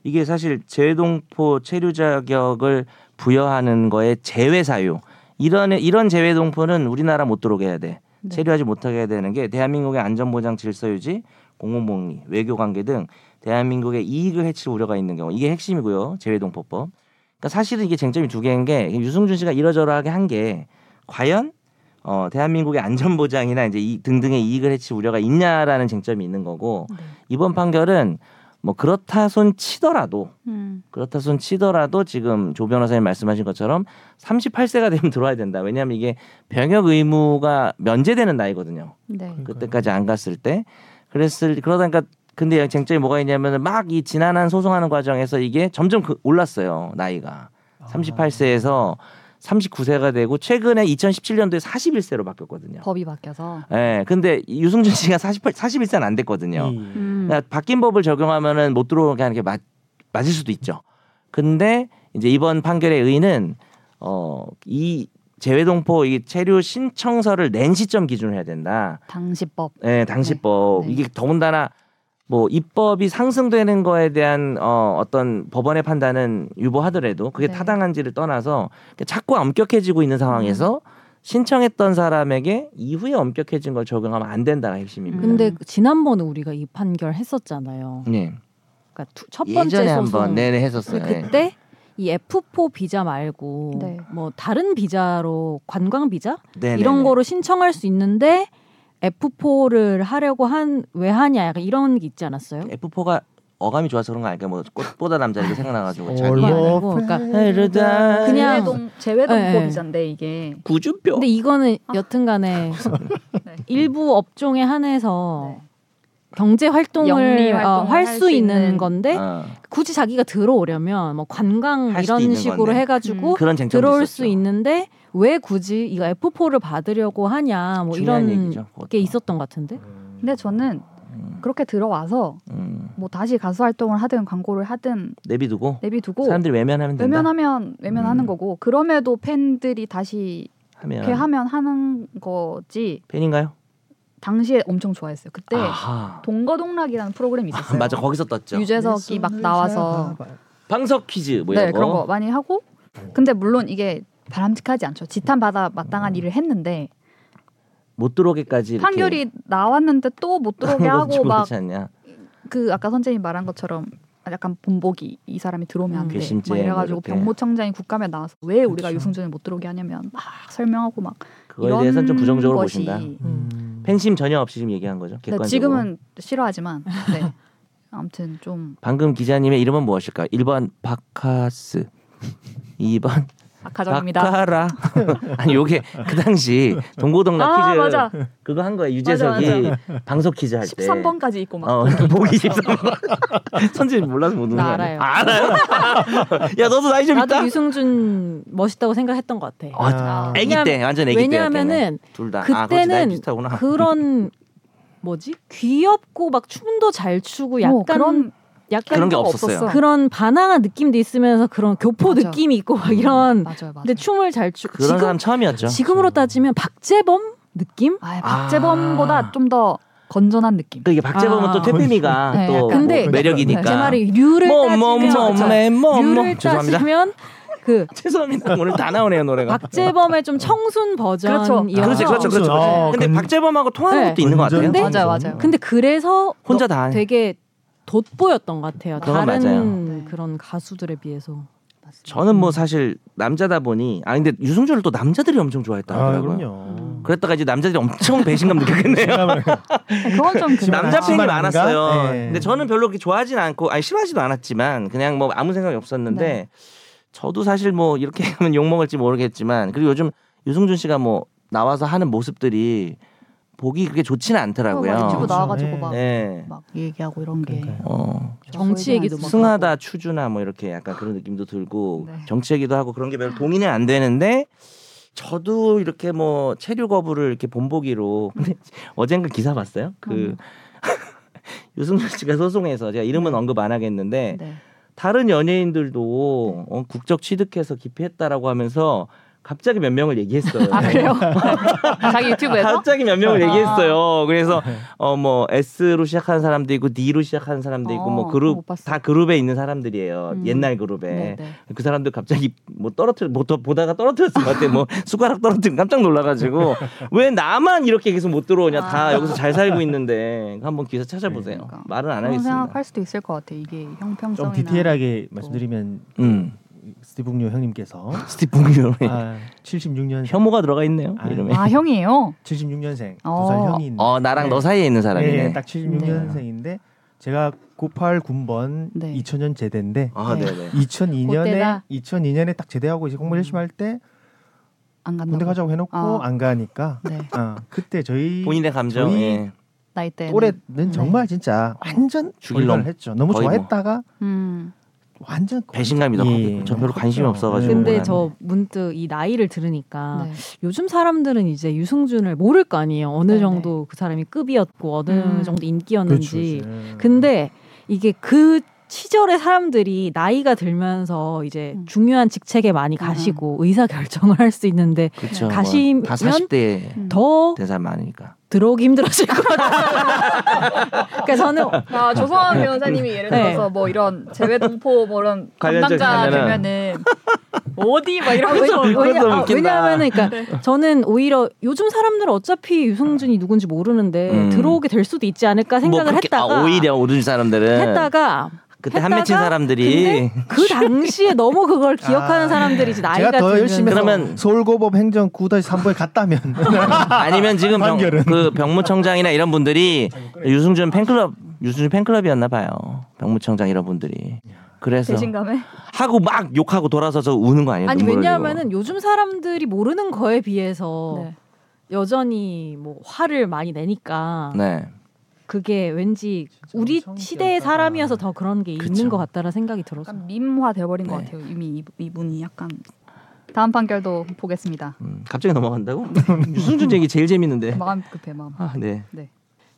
이게 사실 재외동포 체류 자격을 부여하는 거에 제외 사유 이런 이런 제외 동포는 우리나라 못 들어오게 해야 돼. 네. 체류하지 못하게 해야 되는 게 대한민국의 안전보장 질서유지, 공공복리, 외교관계 등 대한민국의 이익을 해칠 우려가 있는 경우 이게 핵심이고요. 재외동포법. 그러니까 사실은 이게 쟁점이 두 개인 게 유승준 씨가 이러저러하게 한 게 과연 어, 대한민국의 안전보장이나 이제 이 등등의 이익을 해칠 우려가 있냐라는 쟁점이 있는 거고 네. 이번 판결은 뭐 그렇다 손 치더라도 음. 그렇다 손 치더라도 지금 조 변호사님 말씀하신 것처럼 38세가 되면 [LAUGHS] 들어와야 된다. 왜냐하면 이게 병역 의무가 면제되는 나이거든요. 네. 그때까지 안 갔을 때 그랬을 그러다니까 근데 쟁점이 뭐가 있냐면 막 이 지난한 소송하는 과정에서 이게 점점 그 올랐어요 나이가 아. 38세에서 39세가 되고 최근에 2017년도에 41세로 바뀌었거든요. 법이 바뀌어서 예. 근데 유승준 씨가 48 41세는 안 됐거든요. 예. 음. 그러니까 바뀐 법을 적용하면은 못 들어오게 하는 게 맞, 맞을 수도 있죠. 근데 이제 이번 판결의 의의는 어이 재외동포 이 체류 신청서를 낸 시점 기준으로 해야 된다. 당시법 예, 당시법 네. 이게 더군다나 뭐 입법이 상승되는 거에 대한 어 어떤 법원의 판단은 유보하더라도 그게 네. 타당한지를 떠나서 자꾸 엄격해지고 있는 상황에서 음. 신청했던 사람에게 이후에 엄격해진 걸 적용하면 안 된다가 핵심입니다. 음. 근데 지난번에 우리가 이 판결 했었잖아요. 네. 그러니까 두- 첫 번째 예전에 소송 한번 네네 했었어요. 예. 그때 이 F4 비자 말고 네. 뭐 다른 비자로 관광 비자 네네네. 이런 거로 신청할 수 있는데 F4를 하려고 한 왜 하냐 약간 이런 게 있지 않았어요? F4가 어감이 좋아서 그런 거 아닐까? 뭐 꽃보다 남자 이렇게 생각나가지고 그거 자기 얼마- 얼마 아니고, 그러니까 헤르다. 그냥- 제외동 제외동포 예, 네. 비자인데 이게 구준표. 근데 이거는 여튼간에 [LAUGHS] 네. 일부 업종에 어. 한해서 네. 경제 영리 활동을 어, 활동을 할 할 수 수 있는, 있는 건데 어, 굳이 자기가 들어오려면 뭐 관광 할 수도 이런 있는 식으로 건데. 해가지고 음. 그런 쟁점 들어올 수 있는데 왜 굳이 이거 F4를 받으려고 하냐 뭐 이런 게 있었던 것 같은데 근데 저는 음, 그렇게 들어와서 음. 뭐 다시 가수 활동을 하든 광고를 하든 내비두고 내비두고 사람들이 외면하면 된다. 외면하면 외면하는 음. 예. 거고 그럼에도 팬들이 다시 하면 이렇게 하면 하는 거지 팬인가요? 당시에 엄청 좋아했어요. 그때 아하. 동거동락이라는 프로그램이 네. 있었어요. 맞아 거기서 떴죠. 유재석이 막 나와서 방석 퀴즈 뭐 이런 네 거. 그런 거 많이 하고 근데 물론 이게 바람직하지 않죠. 지탄받아 마땅한 일을 했는데 못 들어오게까지 음. 이렇게 판결이 나왔는데 또 못 [LAUGHS] 들어오게 하는 하고 건지 막 모르지 않냐. 그 아까 선생님 말한 것처럼 약간 본보기 이 사람이 들어오면 음. 안 돼. 괘씸죄 막 이래가지고 뭐 이렇게. 병무청장이 국감에 나와서 왜 우리가 그쵸. 유승준을 못 들어오게 하냐면 막 설명하고 막 그거에 이런 대해서는 좀 부정적으로 것이 보신다. 음. 음. 팬심 전혀 없이 지금 얘기한 거죠. 네, 객관적으로. 지금은 싫어하지만 [LAUGHS] 네. 아무튼 좀 방금 기자님의 이름은 무엇일까요? 1번 바카스, 2번 가정입니다. 아, 바카라. [LAUGHS] 아니 요게 그 당시 동고동락 아 퀴즈 맞아. 그거 한 거야 유재석이 방석 퀴즈 할 때. 13번까지 있고 막. 어, 보기 13번. [LAUGHS] 선생님 몰라서 못 오는 나 거 알아요. 아니야? 아, 알아요. [LAUGHS] 야, 너도 나이 좀 있다. 나도 유승준 멋있다고 생각했던 것 어, 같아. 아, 아기 때 완전 아기 때. 왜냐하면은 둘다 아, 그렇지, 나이 그때는 비슷하구나. 그런 뭐지 귀엽고 막 춤도 잘 추고 약간 뭐 그런 약간 그런 게 좀 없었어요. 없었어. 그런 반항한 느낌도 있으면서 그런 교포 맞아. 느낌이 있고 막 이런 맞아요, 맞아요. 근데 춤을 잘 추고 그런 지금 사람 처음이었죠. 지금으로 따지면 박재범 느낌? 아, 박재범보다 아. 좀 더 건전한 느낌. 그 이게 박재범은 아. 또 태피미가 네, 또 약간. 근데 뭐 매력이니까. 뭐, 제 말이 류를 따지면 뭐뭐뭐뭐뭐뭐 류를 죄송합니다. 따지면 [LAUGHS] 그 죄송합니다. 오늘 다 나오네요 노래가. 박재범의 좀 청순 버전이어서 그렇죠, 그렇죠, 그렇죠. 아, 근데 건- 박재범하고 통하는 네. 것도 있는 것 같아요. 근데- 맞아요, 맞아요. 근데 그래서 혼자 너- 다 하네. 되게 돋보였던 것 같아요. 그건 다른 네. 맞아요. 그런 가수들에 비해서. 저는 음. 뭐 사실 남자다 보니 아 근데 유승준을 또 남자들이 엄청 좋아했다 아, 하더라고요. 그럼요. 음. [LAUGHS] 아, 그랬다가 이제 남자들이 엄청 배신감 느꼈겠네요. 실감을- 그건 [LAUGHS] 좀 그래요. 심한- 남자 팬이 심한 많았어요. 아닌가? 예. 근데 저는 별로 그렇게 좋아하진 않고 아니 싫어하지도 않았지만 그냥 뭐 아무 생각이 없었는데 네. 저도 사실 뭐 이렇게 [LAUGHS] 하면 욕 먹을지 모르겠지만 그리고 요즘 유승준 씨가 뭐 나와서 하는 모습들이 보기 그렇게 좋지는 어, 막 유튜브 않더라고요. 그렇죠. 나와가지고 네. 막, 예. 막 얘기하고 이런 게 그러니까요. 어. 정치 얘기도 막 승하다 추주나 뭐 이렇게 약간 그런 느낌도 들고 네. 정치 얘기도 하고 그런 게 별로 동의는 안 되는데 저도 이렇게 뭐 체류 거부를 이렇게 본보기로 [LAUGHS] 근데 어젠가 기사 봤어요? 그 [LAUGHS] 유승준 씨가 소송해서 제가 이름은 언급 안 하겠는데 네. 다른 연예인들도 어, 국적 취득해서 기피했다라고 하면서 갑자기 몇 명을 얘기했어요. 아 그래요? 자기 유튜브에서? 갑자기 몇 명을 아. 얘기했어요. 그래서 네. 어 뭐 S로 시작하는 사람도 있고 D로 시작하는 사람도 있고 어, 뭐 못 그룹 봤어요. 다 그룹에 있는 사람들이에요. 음. 옛날 그룹에 네, 네. 그 사람도 갑자기 뭐 떨어뜨 뭐 더- 보다가 떨어뜨렸을 것 같아. 뭐 [LAUGHS] 숟가락 떨어뜨린 깜짝 놀라가지고 왜 나만 이렇게 계속 못 들어오냐. 다 아. 여기서 잘 살고 있는데 한번 기사 찾아보세요. 그러니까. 말은 안 그런 하겠습니다. 생각할 수도 있을 것 같아. 이게 좀 형평성이나 뭐. 디테일하게 말씀드리면 음 스티븐 류 [LAUGHS] 형님께서 스티븐 이 아, 76년 혐오가 들어가 있네요. 아. 이름에. 아 형이에요? 76년생 어. 두 살 형인 어 나랑 네. 너 사이에 있는 사람이네. 네, 딱 76년생인데 제가 98 군번 네. 2000년 제대인데 아 네. 네네. 2002년에 그때다. 2002년에 딱 제대하고 이제 공부 열심히 할 때 안 간다. 군대 가자고 해놓고 아. 안 가니까 네. 어, 그때 저희 본인의 감정. 저희 예. 나이 때. 또래는 정말 네. 진짜 완전 죽일 죽일놈 놈. 했죠. 너무 거의 뭐. 좋아했다가 음. 완전 배신감이 더 예, 그렇죠. 컸겠고 저 별로 컸죠. 관심이 없어가지고. 근데 그거는. 저 문득 이 나이를 들으니까 네. 요즘 사람들은 이제 유승준을 모를 거 아니에요. 어느 네네. 정도 그 사람이 급이었고 어느 음. 정도 그렇죠, 인기였는지. 그렇죠. 근데 이게 그 시절의 사람들이 나이가 들면서 이제 음. 중요한 직책에 많이 가시고 의사 결정을 할 수 있는데 그쵸, 가시면 뭐 다 40대 음. 더 된 사람 많으니까. 들어오기 힘들어질 것 같아요. [LAUGHS] 그러니까 저는 아 조성환 변호사님이 예를 네. 들어서 뭐 이런 재외 동포 뭐 이런 관련자 담당자 가면은. 되면은 어디 막 이러면서 네. 그것도 뭐냐. 웃긴다. 왜냐하면 그러니까 저는 오히려 요즘 사람들은 어차피 유승준이 누군지 모르는데 음. 들어오게 될 수도 있지 않을까 생각을 뭐 그렇게- 했다가 아, 오히려 오른 사람들은 했다가 그때 한 맺힌 했다가 사람들이 그 당시에 너무 그걸 기억하는 아, 사람들이지 나이가 제가 더 들면서. 열심히 해서 그러면- 서울고법 행정 9-3부에 [LAUGHS] 갔다면 [LAUGHS] 아니면 지금 병, 판결은. 그 병무청장이나 이런 분들이 유승준 팬클럽 유승준 팬클럽이었나 봐요. 병무청장 이런 분들이. 그래서 배신감에. 하고 막 욕하고 돌아서서 우는 거 아니에요? 아니 눈물 흘리고. 왜냐하면은 요즘 사람들이 모르는 거에 비해서 네. 여전히 뭐 화를 많이 내니까 네. 그게 왠지 우리 엄청 시대의 기억나다. 사람이어서 더 그런 게 있는 그쵸. 것 같다라 생각이 들어서 약간 밈화 돼버린 것 네. 같아요. 이미 이, 이분이 약간 다음 판결도 보겠습니다. 음, 갑자기 넘어간다고? [LAUGHS] 유승준 얘기 제일 재밌는데. 마음 급해 마음. 아, 네.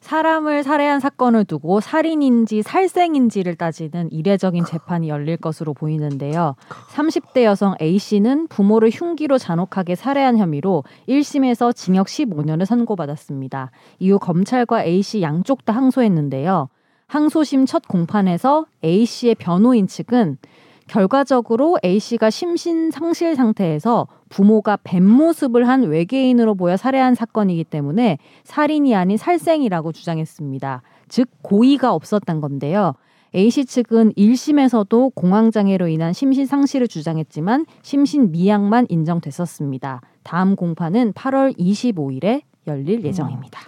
사람을 살해한 사건을 두고 살인인지 살생인지를 따지는 이례적인 재판이 열릴 것으로 보이는데요. 30대 여성 A 씨는 부모를 흉기로 잔혹하게 살해한 혐의로 1심에서 징역 15년을 선고받았습니다. 이후 검찰과 A 씨 양쪽 다 항소했는데요. 항소심 첫 공판에서 A 씨의 변호인 측은 결과적으로 A 씨가 심신상실 상태에서 부모가 뱀 모습을 한 외계인으로 보여 살해한 사건이기 때문에 살인이 아닌 살생이라고 주장했습니다. 즉 고의가 없었던 건데요. A씨 측은 1심에서도 공황장애로 인한 심신 상실을 주장했지만 심신 미약만 인정됐었습니다. 다음 공판은 8월 25일에 열릴 예정입니다.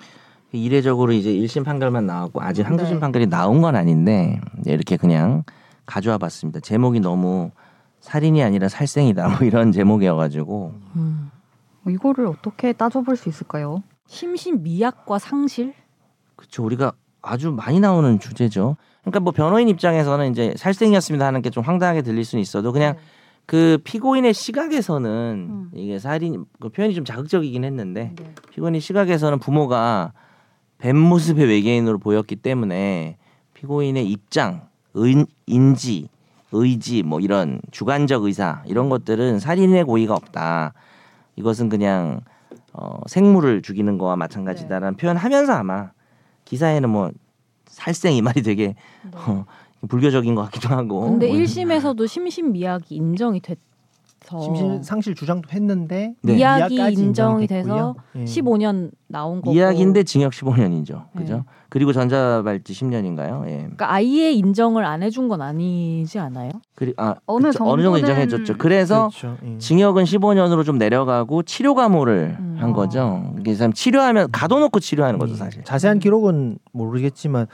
이례적으로 이제 1심 판결만 나왔고 아직 항소심 네. 판결이 나온 건 아닌데 이렇게 그냥 가져와 봤습니다. 제목이 너무 살인이 아니라 살생이다 뭐 이런 제목이어가지고 음. 이거를 어떻게 따져볼 수 있을까요? 심신 미약과 상실? 그쵸 우리가 아주 많이 나오는 주제죠. 그러니까 뭐 변호인 입장에서는 이제 살생이었습니다 하는 게 좀 황당하게 들릴 수는 있어도 그냥 그 피고인의 시각에서는 음. 이게 살인 그 표현이 좀 자극적이긴 했는데 네. 피고인의 시각에서는 부모가 뱀 모습의 외계인으로 보였기 때문에 피고인의 입장, 은, 인지, 의지 뭐 이런 주관적 의사 이런 것들은 살인의 고의가 없다. 이것은 그냥 어, 생물을 죽이는 거와 네. 마찬가지다라는 표현하면서 아마 기사에는 뭐 살생 이 말이 되게 어, 불교적인 것 같기도 하고. 근데 뭐 일심에서도 심신 미약이 인정이 돼서 [LAUGHS] 심신 상실 주장도 했는데 네. 어. 미약이 이하까지 인정이 됐고요. 돼서 예. 15년 나온 거고 이야기인데 징역 15년이죠. 그죠? 네. 그리고 전자발찌 10년인가요? 예. 그러니까 아예 인정을 안 해준 건 아니지 않아요? 그리 아 어느 그쵸. 어느 정도 정도는- 인정해줬죠. 그래서 그렇죠. 예. 징역은 15년으로 좀 내려가고 치료 감호를 음. 한 거죠. 이게 사람 치료하면 가둬놓고 치료하는 거죠, 예. 사실. 자세한 기록은 모르겠지만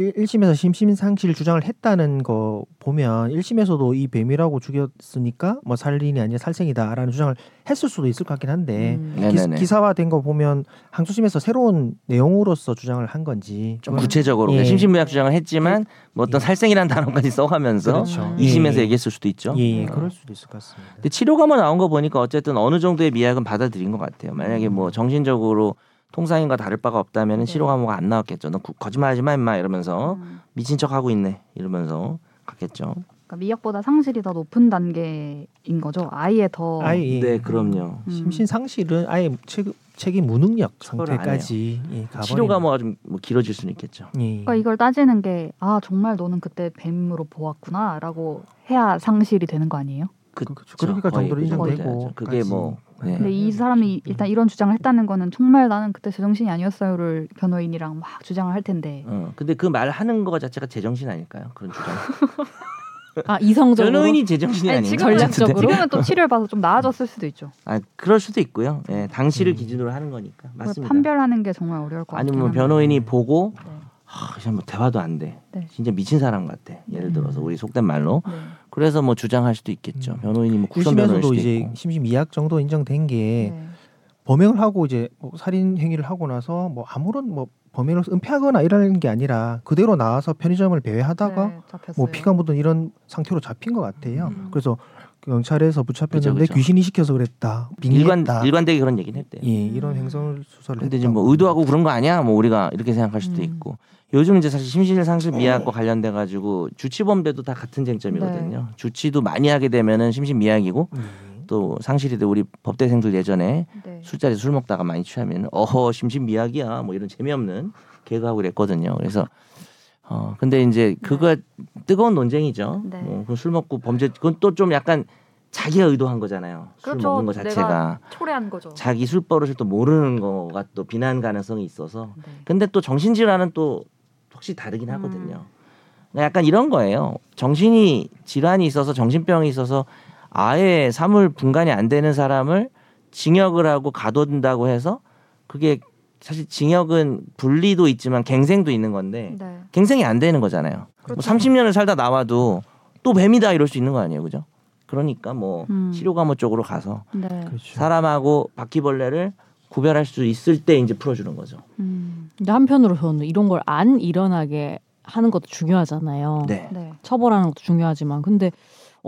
1심에서 심신 상실 주장을 했다는 거 보면 1심에서도 이 뱀이라고 죽였으니까 뭐 살인이 아니라 살생이다라는 주장을 했을 수도 있을 것 같긴 한데 음. 네, 네, 네. 기, 사화된거 보면 항소심에서 새로운 내용으로서 주장을 한 건지 좀 그건- 구체적으로 예. 심신미약 주장을 했지만 뭐 어떤 살생이라는 단어까지 써가면서 그렇죠. 음. 이심에서 예. 얘기했을 수도 있죠. 예, 예, 어. 그럴 수도 있을 것 같습니다. 근데 치료 감호 나온 거 보니까 어쨌든 어느 정도의 미약은 받아들인 것 같아요. 만약에 뭐 정신적으로 통상인과 다를 바가 없다면 은 네. 치료 감호가 안 나왔겠죠. 너 구- 거짓말하지 마 임마 이러면서 음. 미친 척 하고 있네 이러면서 갔겠죠. 그러니까 미역보다 상실이 더 높은 단계인 거죠. 아예 더 아예 네, 그럼요. 음. 심신 상실은 아예 책, 책임 무능력 처벌을 안 상태까지 예, 가버리는- 치료 감호가 좀뭐 길어질 수는 있겠죠. 예. 그러니까 이걸 따지는 게 아 정말 너는 그때 뱀으로 보았구나라고 해야 상실이 되는 거 아니에요? 그, 그러니까 거의 정도로 그 정도 인정되고 돼야죠. 그게 뭐 네. 근데 이 사람이 일단 이런 주장을 했다는 거는 정말 나는 그때 제정신이 아니었어요를 변호인이랑 막 주장을 할 텐데 어, 근데 그 말 하는 거 자체가 제정신 아닐까요? 그런 주장. 아 이성적으로 변호인이 제정신이 아니, 아닌가? 지금 전략적으로? 지금은 또 치료를 받아서 좀 나아졌을 수도 있죠. 아, 그럴 수도 있고요. 예, 당시를 음. 기준으로 하는 거니까. 그걸 맞습니다. 뭐 판별하는 게 정말 어려울 것 같아요. 아니면 뭐 변호인이 음. 보고 네. 하, 이제 뭐 대화도 안 돼. 네. 진짜 미친 사람 같아. 예를 음. 들어서 우리 속된 말로. 네. 그래서 뭐 주장할 수도 있겠죠. 음. 변호인이 뭐 국선 변호일 수도 일심에서도 이제 있고. 심신 미약 정도 인정된 게 네. 범행을 하고 이제 뭐 살인 행위를 하고 나서 뭐 아무런 뭐 범행을 은폐하거나 이런 게 아니라 그대로 나와서 편의점을 배회하다가 네, 잡혔어요. 뭐 피가 묻은 이런 상태로 잡힌 것 같아요. 음. 그래서 경찰에서 붙잡혔는데 그죠, 그죠. 귀신이 시켜서 그랬다. 일관 빙의했다. 일관되게 그런 얘기는 했대요. 예, 이런 행성을 수사를 했다고. 근데 이제 뭐 의도하고 그런 거 아니야? 뭐 우리가 이렇게 생각할 수도 음. 있고 요즘 이제 사실 심신 상실 어. 미약과 관련돼 가지고 주치범죄도 다 같은 네. 쟁점이거든요. 주치도 많이 하게 되면은 심신 미약이고 예. 또 상실이 돼 우리 법대생들 예전에 뭐 네. 술자리 술 먹다가 많이 취하면 어허 심신 미약이야 뭐 이런 재미없는 개그하고 그랬거든요. 그래서 어 근데 이제 그거 뜨거운 논쟁이죠. 네. 뭐 그술 먹고 범죄 그건 또 좀 약간 자기가 의도한 거잖아요. 술 그렇죠. 먹은 거 내가 자체가 초래한 거죠. 자기 술 버릇을 또 모르는 거가 또 비난 가능성이 있어서 네. 근데 또 정신질환은 또 확실히 음. 다르긴 하거든요. 그러니까 약간 이런 거예요. 정신이 질환이 있어서 정신병이 있어서 아예 사물 분간이 안 되는 사람을 징역을 하고 가둬둔다고 해서 그게 사실 징역은 분리도 있지만 갱생도 있는 건데 네. 그렇죠. 갱생이 안 되는 거잖아요. 뭐 30년을 살다 나와도 또 뱀이다 이럴 수 있는 거 아니에요, 그죠? 그러니까 뭐 음. 치료감호 쪽으로 가서 네. 그렇죠. 사람하고 바퀴벌레를 구별할 수 있을 때 이제 풀어주는 거죠. 음. 근데 한편으로 저는 이런 걸 안 일어나게 하는 것도 중요하잖아요. 네. 네. 처벌하는 것도 중요하지만 근데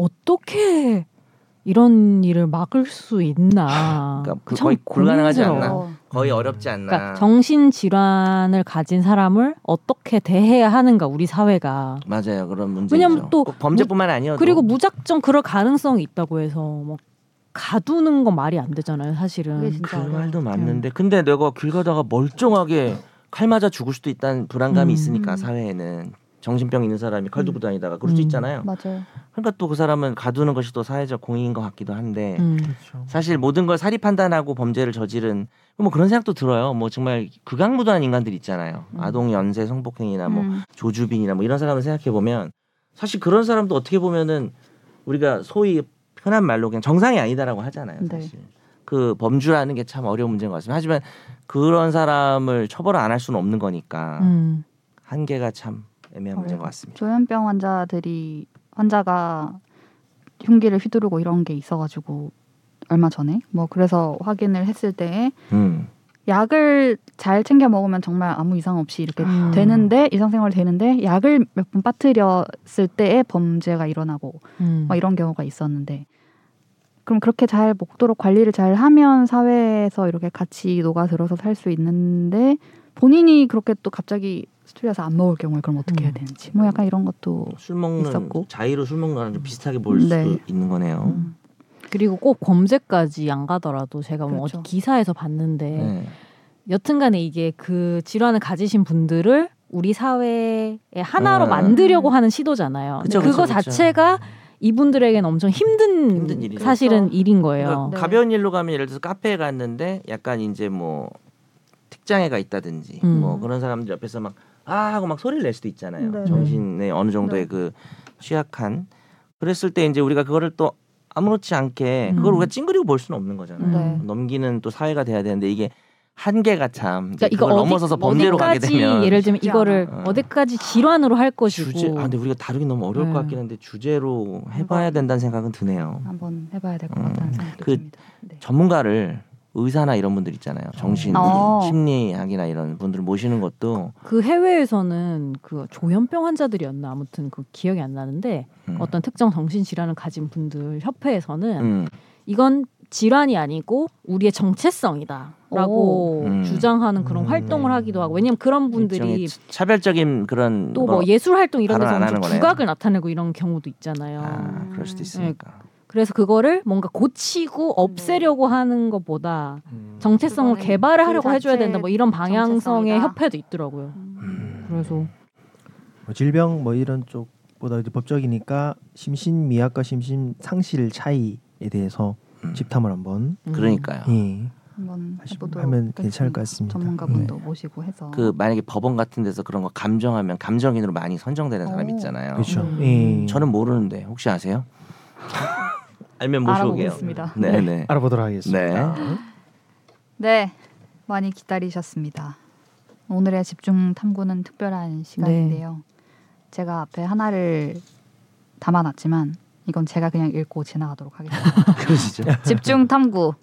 어떻게 이런 일을 막을 수 있나? 그러니까 그 참 거의 불가능하지 고민스러워. 않나? 어, 아. 거의 어렵지 않나. 그러니까 정신 질환을 가진 사람을 어떻게 대해야 하는가 우리 사회가 맞아요. 그런 문제죠. 왜냐면 또 꼭 범죄뿐만 아니어도 그리고 무작정 그럴 가능성이 있다고 해서 뭐 가두는 건 말이 안 되잖아요 그게 사실은 진짜 그 어려워요. 말도 맞는데 근데 내가 길 가다가 멀쩡하게 칼 맞아 죽을 수도 있다는 불안감이 음. 있으니까 사회에는 정신병 있는 사람이 칼 들고 다니다가 그럴 수 음. 있잖아요. 맞아요. 그러니까 또 그 사람은 가두는 것이 또 사회적 공익인 것 같기도 한데 음. 그렇죠. 사실 모든 걸 사리 판단하고 범죄를 저지른 뭐 그런 생각도 들어요. 뭐 정말 극악무도한 인간들 있잖아요. 음. 아동 연쇄 성폭행이나 뭐 음. 조주빈이나 뭐 이런 사람을 생각해 보면 사실 그런 사람도 어떻게 보면은 우리가 소위 편한 말로 그냥 정상이 아니다라고 하잖아요. 네. 사실 그 범주라는 게 참 어려운 문제인 것 같습니다. 하지만 그런 사람을 처벌 안 할 수는 없는 거니까 음. 한계가 참 애매한 문제인 어려워. 것 같습니다. 조현병 환자들이 환자가 흉기를 휘두르고 이런 게 있어가지고 얼마 전에 뭐 그래서 확인을 했을 때에 음. 약을 잘 챙겨 먹으면 정말 아무 이상 없이 이렇게 음. 되는데 일상생활 되는데 약을 몇 번 빠뜨렸을 때에 범죄가 일어나고 음. 막 이런 경우가 있었는데 그럼 그렇게 잘 먹도록 관리를 잘 하면 사회에서 이렇게 같이 녹아들어서 살 수 있는데 본인이 그렇게 또 갑자기 스트레스 안 먹을 경우에 그럼 어떻게 해야 음. 되는지 뭐 약간 이런 것도 어. 술 먹는 있었고. 음. 자의로 술 먹는 거랑 좀 비슷하게 볼 수도 네. 있는 거네요. 음. 그리고 꼭 범죄까지 안 가더라도 제가 뭐 그렇죠. 어디 기사에서 봤는데 네. 여튼간에 이게 그 질환을 가지신 분들을 우리 사회의 하나로 아. 만들려고 하는 시도잖아요. 그쵸, 근데 그거 그쵸, 그쵸. 자체가 이분들에겐 엄청 힘든, 힘든 일이죠. 사실은 일인 거예요. 그러니까 네. 가벼운 일로 가면 예를 들어서 카페에 갔는데 약간 이제 뭐 특장애가 있다든지 음. 뭐 그런 사람들 옆에서 막 아 하고 막 소리를 낼 수도 있잖아요. 네. 정신에 어느 정도의 네. 그 취약한 그랬을 때 이제 우리가 그거를 또 아무렇지 않게 그걸 음. 우리가 찡그리고 볼 수는 없는 거잖아요. 네. 넘기는 또 사회가 돼야 되는데 이게 한계가 참 이제 그러니까 이거 그걸 어디, 넘어서서 범죄로 가게 어디까지 되면 예를 들면 이거를 않아. 어디까지 질환으로 할 것이고 주제 아 근데 우리가 다루기 너무 어려울 네. 것 그러니까 같긴 한데 주제로 해봐야 된다는 생각은 드네요. 한번 해봐야 될 것 음. 같다는 생각이 그- 듭니다. 네. 전문가를 의사나 이런 분들 있잖아요. 정신 어. 심리학이나 이런 분들 모시는 것도 그 해외에서는 그 조현병 환자들이었나 아무튼 그 기억이 안 나는데 음. 어떤 특정 정신 질환을 가진 분들 협회에서는 음. 이건 질환이 아니고 우리의 정체성이다라고 오. 음. 주장하는 그런 음. 활동을 하기도 하고 왜냐면 그런 분들이 일종의 차별적인 그런 또 뭐- 뭐 예술 활동 이런 데서 발언 안 엄청 하는 거네요. 두각을 나타내고 이런 경우도 있잖아요. 아, 그럴 수도 있으니까. 그래서 그거를 뭔가 음. 고치고 없애려고 하는 것보다 음. 정체성을 그거는 개발을 그 하려고 해줘야 자체의 된다 뭐 이런 방향성의 정체성이다. 협회도 있더라고요. 그래서 음. 뭐 질병 뭐 이런 쪽보다 이제 법적이니까 심신미약과 심신상실 차이에 대해서 음. 집탐을 한번 음. 그러니까요. 예, 한번 다시 해보도록 하면 하겠습니다. 괜찮을 것 같습니다. 네. 전문가분도 모시고 해서 그 만약에 법원 같은 데서 그런 거 감정하면 감정인으로 많이 선정되는 사람 오. 있잖아요. 그렇죠. 음. 예. 저는 모르는데 [LAUGHS] 혹시 아세요? 알면 모셔오게요. 알아보겠습니다. 네, 네. 알아보도록 하겠습니다. 네 많이 기다리셨습니다. 오늘의 집중 탐구는 특별한 시간인데요. 제가 앞에 하나를 담아놨지만 이건 제가 그냥 읽고 지나가도록 하겠습니다. 아, [LAUGHS] 그러시죠. 집중 탐구.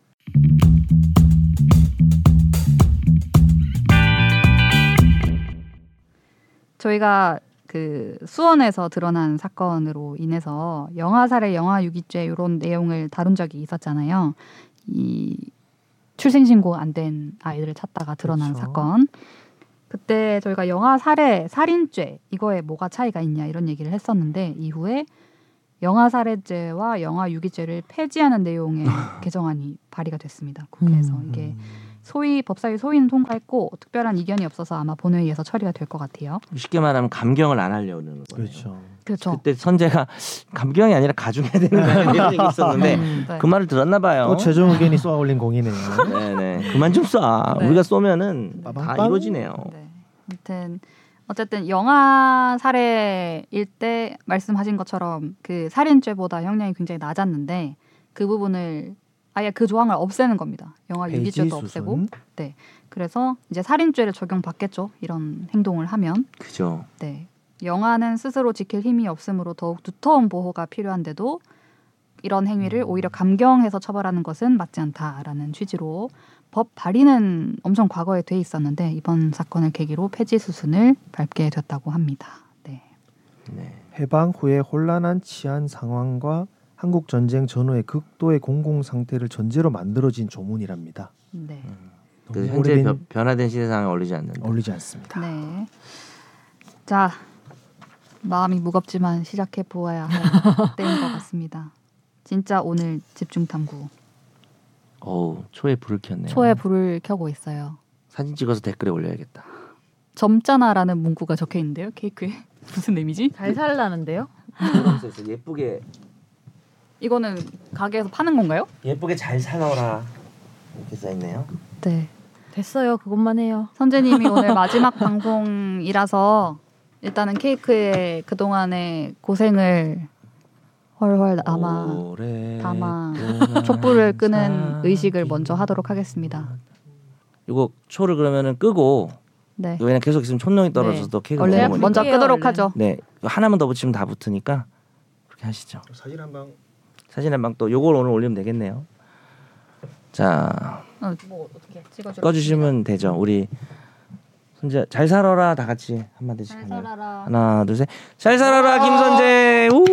저희가 그 수원에서 드러난 사건으로 인해서 영아살해 영아 유기죄 이런 내용을 다룬 적이 있었잖아요. 이 출생신고 안 된 아이들을 찾다가 드러난 그렇죠. 사건. 그때 저희가 영아살해 살인죄 이거에 뭐가 차이가 있냐 이런 얘기를 했었는데 이후에 영아살해죄와 영아유기죄를 폐지하는 내용의 개정안이 발의가 됐습니다. 국회에서 음. 이게 소위 법사위 소위는 통과했고 특별한 이견이 없어서 아마 본회의에서 처리가 될 것 같아요. 쉽게 말하면 감경을 안 하려는 거예요. 그렇죠. 그렇죠. 그때 선재가 감경이 아니라 가중해야 되는 [LAUGHS] 거 아니야? 이런 얘기 있었는데 네. 음. 그 말을 들었나 봐요. 또 어, 최종 의견이 쏘아 올린 공이네요. 네네. 그만 좀 쏴. 네. 우리가 쏘면은 다 빠밤빵. 이루어지네요. 네. 아무튼 어쨌든 영아 살해일 때 말씀하신 것처럼 그 살인죄보다 형량이 굉장히 낮았는데 그 부분을 아예 그 조항을 없애는 겁니다. [LAUGHS] 영아 유기죄도 페이지 없애고 수순. 그래서 이제 살인죄를 적용받겠죠. 이런 행동을 하면 그죠. 네. 영아는 스스로 지킬 힘이 없으므로 더욱 두터운 보호가 필요한데도 이런 행위를 오히려 감경해서 처벌하는 것은 맞지 않다라는 취지로 법 발의는 엄청 과거에 돼 있었는데 이번 사건을 계기로 폐지 수순을 밟게 됐다고 합니다. 네. 네. 해방 후에 혼란한 치안 상황과 한국 전쟁 전후의 극도의 공공 상태를 전제로 만들어진 조문이랍니다. 네. 그 너무 현재 오래된- 변- 변화된 시대상에 어울리지 않는다. 어울리지 않습니다. 네. 자, 마음이 무겁지만 시작해 보아야 할 때인 것 같습니다. 진짜 오늘 집중 탐구 어우 초에 불을 켰네요. 초에 불을 켜고 있어요. 사진 찍어서 댓글에 올려야겠다. 점잖아라는 문구가 적혀 있는데요 케이크에 [LAUGHS] 무슨 의미지? 잘 살라는데요? 그래서 아. 예쁘게 이거는 가게에서 파는 건가요? 예쁘게 잘 살아라 이렇게 써 있네요. 네. 됐어요. 그것만 해요. [LAUGHS] 선재님이 오늘 마지막 방송이라서 일단은 케이크의 그 동안의 고생을 헐헐 아마 담아 촛불을 끄는 의식을 먼저 하도록 하겠습니다. 이거 초를 그러면은 끄고 네. 왜냐 계속 있으면 촛농이 떨어져서 네. 또 케이크 원래 먹어보니까. 먼저 먹어보니까. 끄도록 하죠. 네 이거 하나만 더 붙이면 다 붙으니까 그렇게 하시죠. 사진 한방 사진 한 방 또 요걸 오늘 올리면 되겠네요. 자 뭐 어떻게 찍어줘? 꺼주시면 되죠. 우리 손재 잘 살아라 다 같이 한 마디씩 하면. 살아라. 하나 둘셋잘 살아라 김선재 우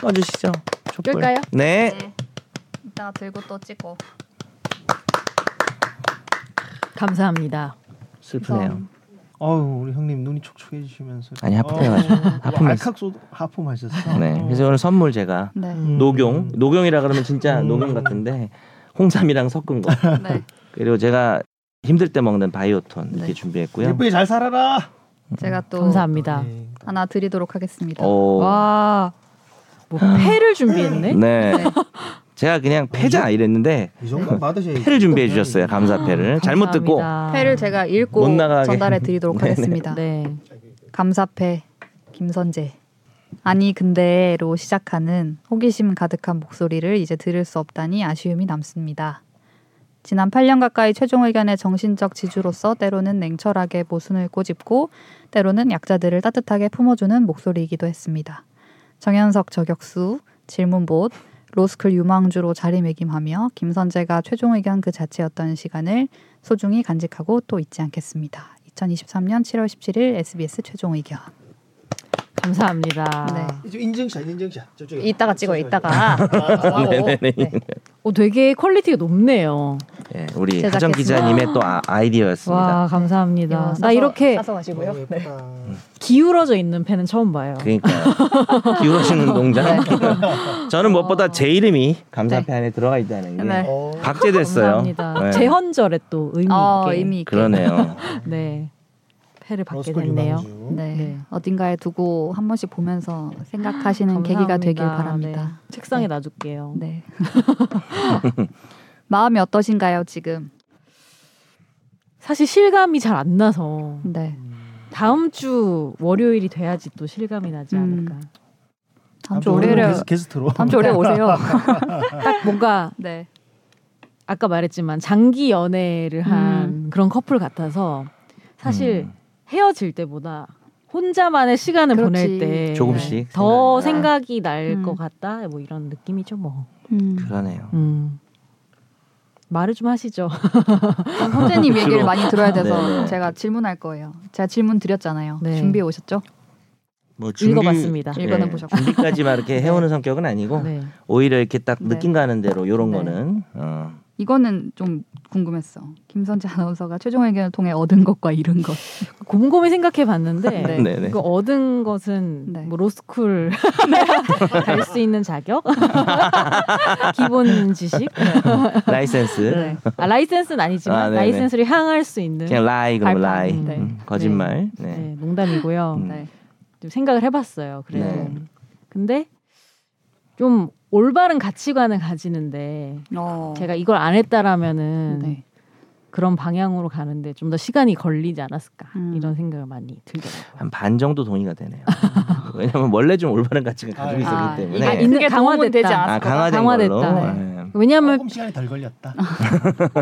꺼주시죠. 촛불. 끌까요? 네. 이따 들고 또 찍고. 감사합니다. 슬프네요. 어우 우리 형님 눈이 촉촉해지시면서 아니, 하품해요. 어우, 하품했어. 알칵 소 하품하셨어. 네. 그래서 오늘 선물 제가 네. 음. 녹용 녹용이라 그러면 진짜 음. 녹용 같은데 홍삼이랑 섞은 거 네. 그리고 제가 힘들 때 먹는 바이오톤 이렇게 네. 준비했고요. 예쁘게 잘 살아라. 제가 또 감사합니다. 네. 하나 드리도록 하겠습니다. 오. 와, 뭐 아. 패를 준비했네. 네. 제가 그냥 패자 이랬는데 이 정도 받으셔야지. 패를 준비해 주셨어요. 감사 패를 [LAUGHS] 잘못 듣고 아, 감사합니다. 패를 제가 읽고 못 나가게. 전달해 드리도록 [LAUGHS] 네네. 하겠습니다. 네. 감사패 김선재. 아니 근데로 시작하는 호기심 가득한 목소리를 이제 들을 수 없다니 아쉬움이 남습니다. 지난 8년 가까이 최종 의견의 정신적 지주로서 때로는 냉철하게 모순을 꼬집고 때로는 약자들을 따뜻하게 품어주는 목소리이기도 했습니다. 정현석 저격수, 질문봇, 로스쿨 유망주로 자리매김하며 김선재가 최종 의견 그 자체였던 시간을 소중히 간직하고 또 잊지 않겠습니다. 2023년 7월 17일 SBS 최종 의견. 감사합니다. 네. 아, 좀 인증샷 인증샷 저쪽에. 네, 이따가 찍어 이따가. 와우. [LAUGHS] 네네네. 네. 어, 되게 퀄리티가 높네요. 예, 우리 제작했습니다. 하정 기자님의 또 아, 아이디어였습니다. 와, 감사합니다. 이거 나 사서- 이렇게 사서 가시고요. 어, 네. 예쁘다. 기울어져 있는 펜은 처음 봐요. 그러니까 [LAUGHS] 기울어지는 농장. 네. [LAUGHS] 저는 무엇보다 제 이름이 감사패 안에 들어가 있다는 게 네. 어. 박제됐어요. 감사합니다. 네. 재헌절에 또 의미 있게. 어, 의미 있게. 그러네요. 네. 패를 받게 로스쿨 됐네요. 유망주. 네. 네. 어딘가에 두고 한 번씩 보면서 생각하시는 계기가 감사합니다. 되길 바랍니다. 네. 책상에 놔줄게요. 네. [LAUGHS] 마음이 어떠신가요 지금? 사실 실감이 잘 안 나서 네. 다음 주 월요일이 돼야지 또 실감이 나지 음. 않을까. 다음 주 아, 오늘은 월요일에 게스- 게스트로. 다음 주 월요일 오세요. 딱 뭔가 네. 아까 말했지만 장기 연애를 한 음. 그런 커플 같아서 사실 음. 헤어질 때보다 혼자만의 시간을 그렇지. 네. 보낼 때 조금씩 더 생각이 생각이 날 음. 것 같다. 뭐 이런 느낌이죠, 뭐. 음. 나- 그러네요. 음. 말을 좀 하시죠. 선생님 얘기를 주로. 많이 들어야 돼서 네, 네. 제가 질문할 거예요. 제가 질문 드렸잖아요. 네. 준비해 오셨죠? 뭐 [LAUGHS] 읽어봤습니다. 예, 읽어는 보셨고. 준비까지 막 [LAUGHS] 이렇게 해오는 성격은 아니고 네. 오히려 이렇게 딱 네. 느낌 가는 대로 요런 네. 거는 어. 이거는 좀 궁금했어. 김선재 아나운서가 최종 의견을 통해 얻은 것과 잃은 것. 곰곰이 생각해 [LAUGHS] 봤는데 네. 네네. 그 얻은 것은 네. [LAUGHS] 뭐 로스쿨 [LAUGHS] 갈 수 있는 자격, [LAUGHS] 기본 [LAUGHS] 지식, 라이센스 네. 아, 라이센스는 아니지만 아, 네네. 라이센스를 향할 수 있는 그냥 라이 그럼 알바. 라이 음, 네. 음, 거짓말 네, 네. 농담이고요. 음. 네. 좀 생각을 해봤어요. 그래도 네. 근데 좀 올바른 가치관을 가지는데 어. 제가 이걸 안 했다라면은 네. 그런 방향으로 가는데 좀 더 시간이 걸리지 않았을까 음. 이런 생각을 많이 들더라고요. 한 반 정도 동의가 [LAUGHS] 되네요. 왜냐면 원래 좀 올바른 가치가 가지고 아, 있었기 아, 때문에 네. 이게 아, 있는 게 강화됐다. 도움은 되지 않았을 아, 거다. 강화된 강화됐다. 걸로 네. 예. 왜냐하면 조금 시간이 덜 걸렸다.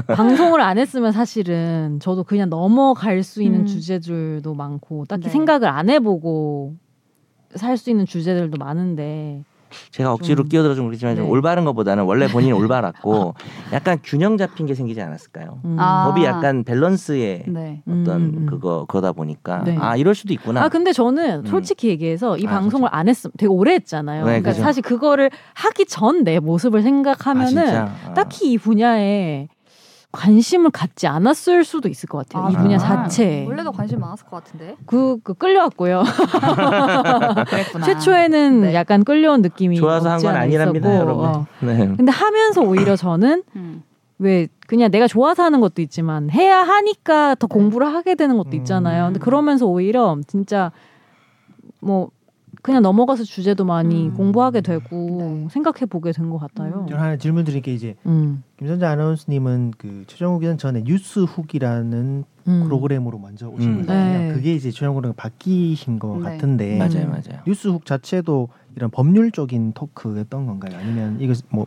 방송을 안 했으면 사실은 저도 그냥 넘어갈 수 있는 음. 주제들도 많고 딱히 네. 생각을 안 해보고 살 수 있는 주제들도 많은데 제가 억지로 좀- 끼어들어 좀 그렇지만 좀 네. 올바른 것보다는 원래 [LAUGHS] 본인이 올바랐고 약간 균형 잡힌 게 생기지 않았을까요? 음. 아. 법이 약간 밸런스에 네. 어떤 음, 음. 그거 그러다 보니까 네. 아 이럴 수도 있구나. 아 근데 저는 음. 솔직히 얘기해서 이 아, 방송을 안 했으면 되게 오래 했잖아요. 네, 그러니까 그죠. 사실 그거를 하기 전 내 모습을 아, 생각하면은 진짜? 아. 딱히 이 분야에 관심을 갖지 않았을 수도 있을 것 같아요. 이 아, 분야 정말? 자체에 원래도 관심 많았을 것 같은데. 그, 그 끌려왔고요. 그랬구나. 최초에는 네. 약간 끌려온 느낌이 좋아서 한 없지 건 않아 아니랍니다, 있었고. 여러분. 어. 네. 근데 하면서 오히려 저는 음. 왜 그냥 내가 좋아서 하는 것도 있지만 해야 하니까 더 공부를 하게 되는 것도 있잖아요. 근데 음. 그러면서 오히려 진짜 뭐 그냥 넘어가서 주제도 많이 음. 공부하게 되고 네. 생각해 보게 된 것 같아요. 저는 하나 질문 드릴 게 이제 음. 김선재 아나운서님은 그 최종 의견 전에 뉴스 훅이라는 음. 프로그램으로 먼저 오신 음. 거잖아요. 네. 그게 이제 최종 의견 바뀌신 것 네. 같은데 맞아요. 맞아요, 음. 맞아요. 뉴스 훅 자체도 이런 법률적인 토크였던 건가요? 아니면 이거 뭐,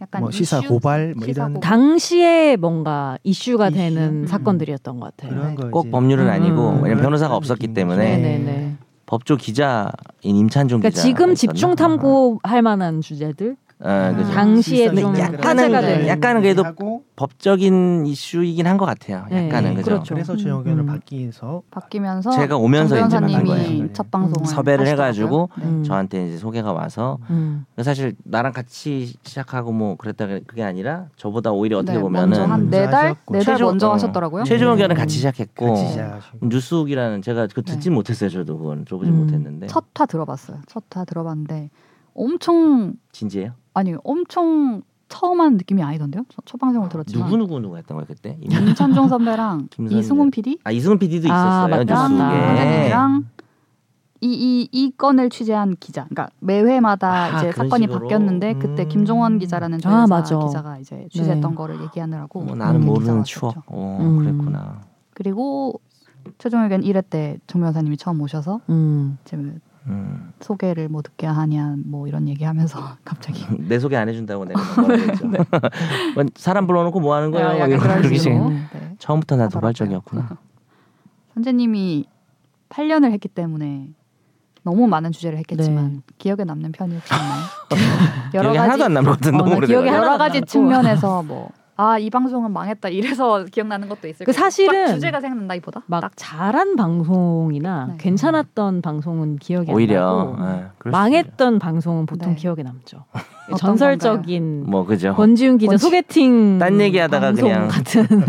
약간 뭐 시사 이슈? 고발 뭐 시사 이런 고발. 당시에 뭔가 이슈가 이슈? 되는 음. 사건들이었던 것 같아요. 그런 거 꼭 이제 법률은 음. 아니고 왜냐면 변호사가 그런 없었기 느낌이죠. 때문에 네. 네네네. 법조 기자인 임찬종 그러니까 기자. 지금 집중 탐구할 만한 주제들. 아, 어, 그죠. 아, 당- 당시에 좀 화제가 된- 약간은 그래도 하고 법적인 법적인 이슈이긴 한 것 같아요. 네, 약간은 네, 그죠. 그렇죠. 그래서 제 의견을 음. 바뀌어서 바뀌면서 제가 오면서 정 이제 만난 변호사님이 거예요. 음. 첫 방송을 섭외를 하시더라고요. 해가지고 네. 음. 저한테 이제 소개가 와서 음. 사실 나랑 같이 시작하고 뭐 그랬다 그게 아니라 저보다 오히려 어떻게 네, 먼저 보면은 한- 한네달네 달 최종- 먼저 어, 하셨더라고요. 최종 의견은 음. 같이 시작했고 같이 시작하시고 음. 뉴스욱이라는 제가 그 듣지 못했어요. 저도 그건 줘보지 음. 못했는데 네. 첫 화 들어봤어요. 첫 화 들어봤는데 엄청 진지해요. 아니 엄청 처음 하는 느낌이 아니던데요? 저- 첫 음. 방송을 들었지만 누구 누구 누구 했던 거예요 그때? 이미- 임찬종 선배랑 [LAUGHS] 김선재. 이승훈 PD 아 이승훈 PD도 아, 있었어요. 맞다, 맞다. 뉴스욱에. 선생님이랑 이이이 건을 취재한 기자, 그러니까 매 회마다 아, 이제 그런 사건이 식으로. 바뀌었는데 그때 음. 김종원 기자라는 아, 저자 맞아. 네. 기자가 이제 취재했던 거를 얘기하느라고 뭐 나는 기자가 모르는 추억. 됐죠. 어, 음. 그랬구나. 그리고 최종 의견 1회 때 정변사님이 처음 오셔서 음. 이제 뭐 음. 소개를 뭐 듣게 하냐 뭐 이런 얘기하면서 [LAUGHS] 갑자기 내 소개 안 해준다고 [LAUGHS] 내가 뭐라 그랬죠. 네. 사람 불러놓고 뭐 하는 거예요? 야, 막 약간 이런 그런 그렇게 식으로 생각- 네. 처음부터 나 하더라고요. 도발적이었구나. 선재님이 8년을 했기 때문에 너무 많은 주제를 했겠지만 네. 기억에 남는 편이 혹시 있나요? [LAUGHS] 기억이 하나도 안 남는 것 같은 어, 너무 나 기억이 오래돼가지고. 하나- 여러 하나도 가지 안 남고. 측면에서 뭐 아 이 방송은 망했다 이래서 [LAUGHS] 기억나는 것도 있을 그 거예요. 사실은 딱 주제가 생각난다 이보다 막 잘한 방송이나 네. 괜찮았던 방송은 기억이 오히려 안 나고 예, 그럴 수 있죠. 망했던 방송은 보통 네. 기억에 남죠. [LAUGHS] 어떤 전설적인 뭐 그죠. 권지윤 기자 권지- 소개팅 딴 얘기하다가 방송 그냥 같은 그냥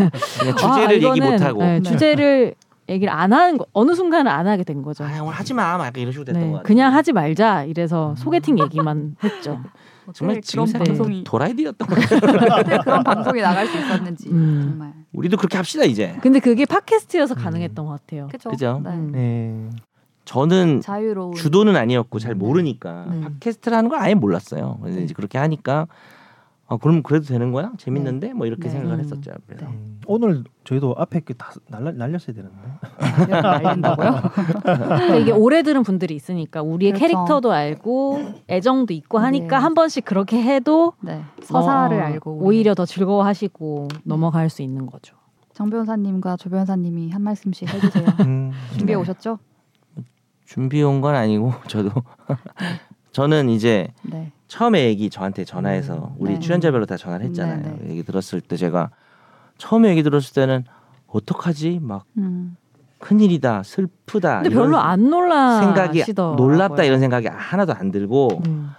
[LAUGHS] 아, 주제를 얘기 이거는, 못 하고. 네, 주제를 얘기를 안 하는 거 어느 순간 안 하게 된 거죠. 아 오늘 하지 마. 막 약간 이런 식으로 됐던 네, 것 같아요. 그냥 하지 말자 이래서 소개팅 [LAUGHS] 얘기만 했죠. 어떻게 정말 지금 뭐 그런 방송이 생각해도 도라이디였던 것 같아요. 어떻게 [LAUGHS] 그런 방송이 나갈 수 있었는지 음. 정말 우리도 그렇게 합시다 이제. 근데 그게 팟캐스트여서 음. 가능했던 것 같아요. 그죠. 그죠? 네. 음. 네. 저는 자유로운 주도는 아니었고 잘 모르니까 네. 팟캐스트라는 걸 아예 몰랐어요. 그래서 네. 이제 그렇게 하니까 아 그럼 그래도 되는 거야? 재밌는데 뭐 이렇게 네. 생각을 음. 했었죠. 그래서 네. 음, 오늘 저희도 앞에 그다 날라, 날렸어야 되는데 자유를 날린다고요? [LAUGHS] 그러니까 이게 오래 들은 분들이 있으니까 우리의 네. 그렇죠. 캐릭터도 알고 애정도 있고 하니까 네. 한 번씩 그렇게 해도 네 서사를 어, 알고 우리 오히려 더 즐거워하시고 넘어갈 수 있는 거죠. 정 변호사님과 조 변호사님이 한 말씀씩 해주세요. 음, 준비해 [LAUGHS] 네. 오셨죠? 준비해 온 건 아니고 [LAUGHS] 저도 저는 이제 네. 처음에 얘기 저한테 음, 전화해서 우리 네. 출연자별로 다 전화를 했잖아요. 네, 네. 얘기 들었을 때 제가 처음에 얘기 들었을 때는 어떡하지? 막 음. 큰일이다. 슬프다. 근데 아, 이런 별로 안 생각이 놀라시더라고요. 놀랍다 이런 생각이 하나도 안 들고 음.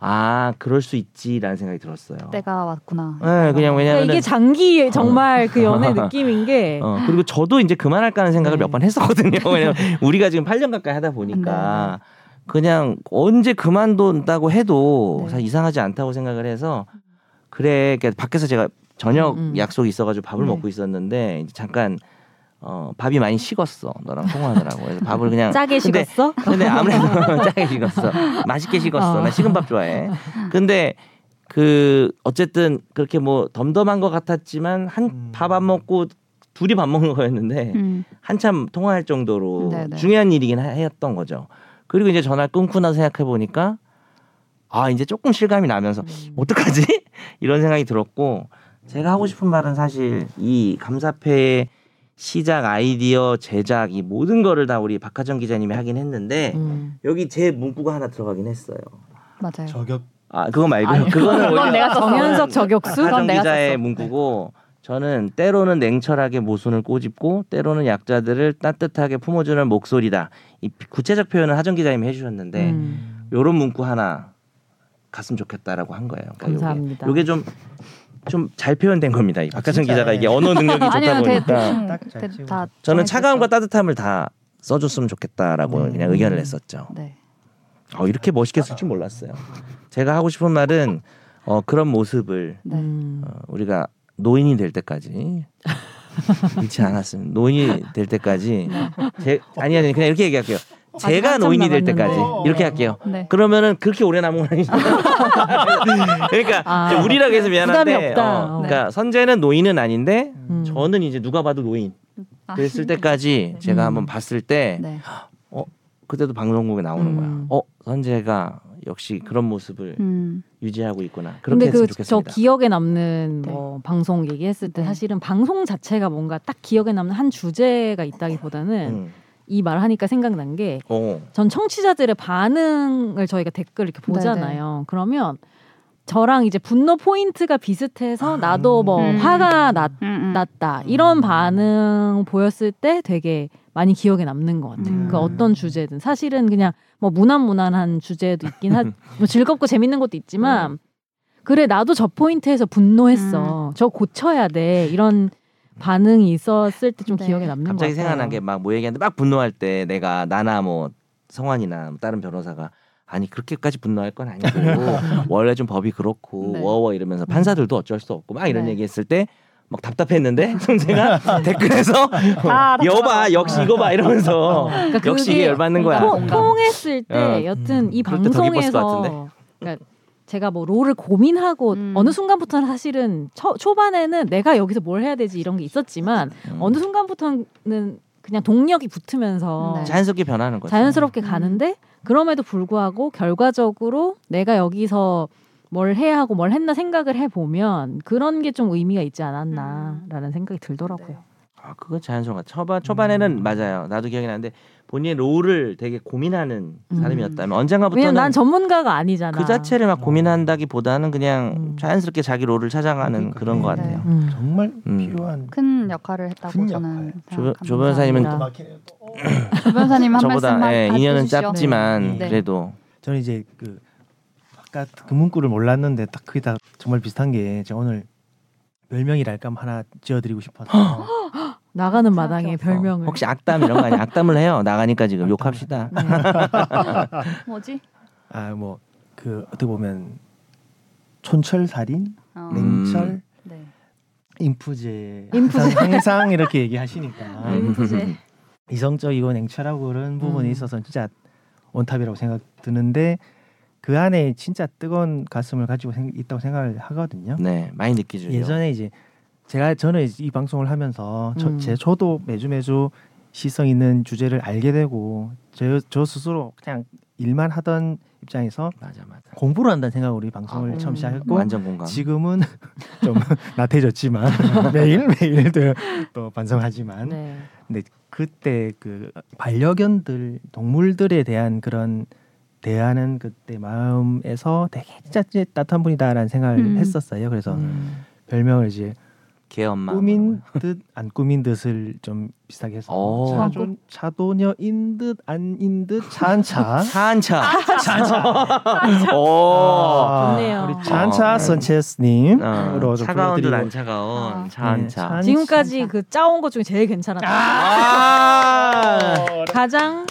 아, 그럴 수 있지라는 생각이 들었어요. 때가 왔구나. 네, 그냥 그러니까 왜냐면은 이게 장기 정말 그 [LAUGHS] 연애 느낌인 게 어, 그리고 저도 이제 그만할까 하는 생각을 네. 몇 번 [LAUGHS] 했었거든요. 왜냐면 우리가 지금 8년 가까이 하다 보니까 그냥 언제 그만둔다고 해도 네. 사실 이상하지 않다고 생각을 해서 그래. 그러니까 밖에서 제가 저녁 음, 음. 약속이 있어가지고 밥을 네. 먹고 있었는데 이제 잠깐 어, 밥이 많이 식었어. 너랑 통화하더라고. 그래서 밥을 그냥 [LAUGHS] 짜게 근데 식었어? [LAUGHS] 근데 아무래도 [LAUGHS] 짜게 식었어. 맛있게 식었어. 어. 나 식은 밥 좋아해. 근데 그 어쨌든 그렇게 뭐 덤덤한 것 같았지만 한 음. 밥 안 먹고 둘이 밥 먹는 거였는데 음. 한참 통화할 정도로 네네. 중요한 일이긴 하- 했던 거죠. 그리고 이제 전화 를 끊고 나서 생각해 보니까 아 이제 조금 실감이 나면서 음. 어떡하지 [LAUGHS] 이런 생각이 들었고 제가 하고 싶은 말은 사실 이 감사패의 시작 아이디어 제작 이 모든 거를 다 우리 박하정 기자님이 하긴 했는데 음. 여기 제 문구가 하나 들어가긴 했어요. 네. 맞아요. 저격 아 그거 말고요. 아니요. [LAUGHS] 그거는 그건 내가 썼어. 정현석 저격수? 박하정 그건 내가 기자의 썼어. 문구고 저는 때로는 냉철하게 모순을 꼬집고 때로는 약자들을 따뜻하게 품어주는 목소리다. 이 구체적 표현은 하정 기자님이 해주셨는데 음. 요런 문구 하나 갔으면 좋겠다라고 한 거예요. 감사합니다. 요게 좀 좀 잘 표현된 겁니다. 이 박하정 진짜요? 기자가 이게 언어 네. 능력이 좋다 아니면 대- 보니까 대충 딱 대- 잘 다 정해졌죠. 저는 차가움과 따뜻함을 다 써줬으면 좋겠다라고 음. 그냥 의견을 냈었죠. 네. 어, 이렇게 멋있게 쓸 줄 몰랐어요. 제가 하고 싶은 말은 어, 그런 모습을 네. 음. 어, 우리가 노인이 될 [LAUGHS] 때까지 잃지 않았습니다. 노인이 될 때까지 네. 제, 아니 아니 그냥 이렇게 얘기할게요. 제가 한참 노인이 될 남았는데. 때까지 이렇게 할게요. 네. 그러면은 그렇게 오래 남은 건 [LAUGHS] 아니죠. 그러니까 아, 좀 우리라고 해서 미안한데, 부담이 없다. 네. 어, 그러니까 선재는 노인은 아닌데 음. 저는 이제 누가 봐도 노인. 아, 그랬을 때까지 제가 음. 한번 봤을 때 네. 그때도 방송국에 나오는 음. 거야. 어 선재가 역시 그런 모습을 음. 유지하고 있구나. 그렇게 근데 했으면 그 저 좋겠습니다. 음. 기억에 남는 네. 뭐 방송 얘기했을 때 네. 사실은 방송 자체가 뭔가 딱 기억에 남는 한 주제가 있다기보다는 음. 이 말 하니까 생각난 게 전 어. 청취자들의 반응을 저희가 댓글 네, 이렇게 보잖아요. 그러면 저랑 이제 분노 포인트가 비슷해서 나도 뭐 음. 화가 났, 음, 음. 났다 이런 반응 보였을 때 되게 많이 기억에 남는 것 같아요. 음. 그 어떤 주제든 사실은 그냥 뭐 무난무난한 주제도 있긴 [LAUGHS] 하, 뭐 즐겁고 재밌는 것도 네. 있지만 그래 나도 저 포인트에서 음. 분노했어. 저 고쳐야 돼 이런 반응이 있었을 때 좀 네. 기억에 남는 것 같아요. 갑자기 생각난 게 막 뭐 얘기하는데 막 분노할 때 내가 나나 뭐 성환이나 뭐 다른 변호사가 아니 그렇게까지 분노할 건 아니고 [LAUGHS] 원래 좀 법이 그렇고 네. 워워 이러면서 판사들도 어쩔 수 없고 막 이런 네. 얘기했을 때 막 답답했는데 [LAUGHS] 선생가 댓글에서 아, [LAUGHS] 여봐 역시 이거 봐 이러면서 그러니까 역시 이게 그게 열받는 거야. 통- 통, 통했을 때 어. 여튼 이 그럴 때더 기뻤을 것 방송에서 같은데. 그러니까 제가 뭐 롤을 고민하고 음. 어느 순간부터는 사실은 처, 초반에는 내가 여기서 뭘 해야 되지 이런 게 있었지만 음. 어느 순간부터는 그냥 동력이 붙으면서 네. 자연스럽게 변하는 거죠. 자연스럽게 음. 가는데 그럼에도 불구하고 결과적으로 내가 여기서 뭘 해야 하고 뭘 했나 생각을 해보면 그런 게 좀 의미가 있지 음. 않았나라는 생각이 들더라고요. 네. 아 그건 자연스러운 것 같아. 초반 초반에는 맞아요. 나도 기억이 나는데 본인의 롤을 되게 고민하는 음. 사람이었다면 왜냐면 언젠가부터는 난 전문가가 아니잖아. 그 자체를 막 고민한다기보다는 그냥 음. 자연스럽게 자기 롤을 찾아가는 그러니까. 그런것 네. 같아요. 음. 정말 음. 필요한 큰 역할을 했다고 큰 저는 조, 생각합니다. 조 변호사님은 감사합니다. 막히네요. 조 변호사님 한 저보다 말씀만 예, 인연은 해주시죠. 짧지만 네. 그래도 저는 이제 그 아까 그 문구를 몰랐는데 딱 그게 다 정말 비슷한 게 제가 오늘 별명이랄까 하나 지어드리고 싶어서 나가는 생각해 마당에 별명을 어, 혹시 악담 이런 거 아니야? 악담을 해요. 나가니까 지금 욕합시다. 음, 네. 뭐지? 아 뭐 그 어떻게 보면 촌철살인, 어, 음. 냉철, 네. 인프제, 인프제. 항상, 항상 이렇게 얘기하시니까 [LAUGHS] 음. 이성적이고 냉철하고 그런 부분에 음. 있어서 진짜 원탑이라고 생각 드는데 그 안에 진짜 뜨거운 가슴을 가지고 생- 있다고 생각을 하거든요. 네, 많이 느끼죠. 예전에 이제 제가 저는 이제 이 방송을 하면서 저, 음. 제 저도 매주 매주 시성 있는 주제를 알게 되고 저, 저 스스로 그냥 일만 하던 입장에서 맞아, 맞아. 공부를 한다는 생각으로 이 방송을 아, 처음 음. 시작했고 완전 공감. 지금은 [LAUGHS] 좀 나태해졌지만 매일 매일 또 반성하지만 네. 근데 그때 그 반려견들 동물들에 대한 그런 대하는 그때 마음에서 되게 진짜 따뜻한 분이다라는 생각을 음. 했었어요. 그래서 음. 별명을 이제 개 엄마. 꾸민 듯 안 꾸민 듯을 좀 비슷하게 해서 오. 차도, 차도녀인 듯 아닌 듯 차한차 [LAUGHS] 차한차. 아, [LAUGHS] 차한차. 어. 오. 좋네요. 아, 우리 차한차 어. 선체스님으로 어, 좀 차가운 듯 안 불러드리고 차가운 아. 차한차. 네, 지금까지 그 짜온 거 중에 제일 괜찮았다. 아. 가장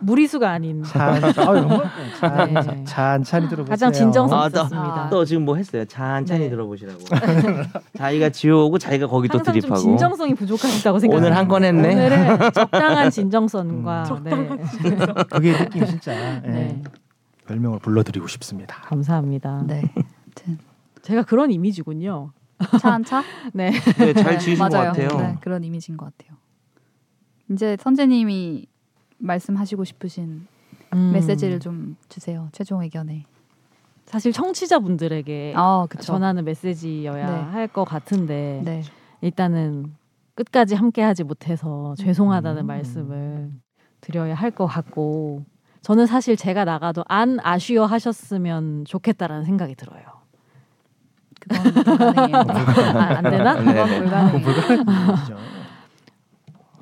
무리수가 아닌 차한차 아, [LAUGHS] 이런 거? 차한차 네. 차한차니 들어보세요. 가장 진정성 아, 있었습니다. 또 지금 뭐 했어요? 찬찬히 네. 들어보시라고. [LAUGHS] 자기가 지우고 자기가 거기 또 항상 좀 드립하고. 진정성이 부족하다고 생각. 오늘 한 건 했네. [LAUGHS] 음. 오늘은 적당한 진정성과 네. 그게 느낌이 진짜 예. 네. 별명을 불러드리고 싶습니다. 감사합니다. 네. 아무튼 제가 그런 이미지군요. 차한 차? 네. 네, [LAUGHS] 잘 지으신 맞아요. 것 같아요. 네, 그런 이미지인 것 같아요. 이제 선재님이 말씀하시고 싶으신 음. 메시지를 좀 주세요. 최종 의견에. 사실 청취자분들에게 아, 그쵸. 전하는 메시지여야 네. 할 것 같은데 네. 일단은 끝까지 함께하지 못해서 죄송하다는 음. 말씀을 드려야 할 것 같고 저는 사실 제가 나가도 안 아쉬워하셨으면 좋겠다라는 생각이 들어요. 그건 [LAUGHS] 불가능해요. 네, 아, 안 되나? 그건 아, 어, 불가능해요. 음. 음,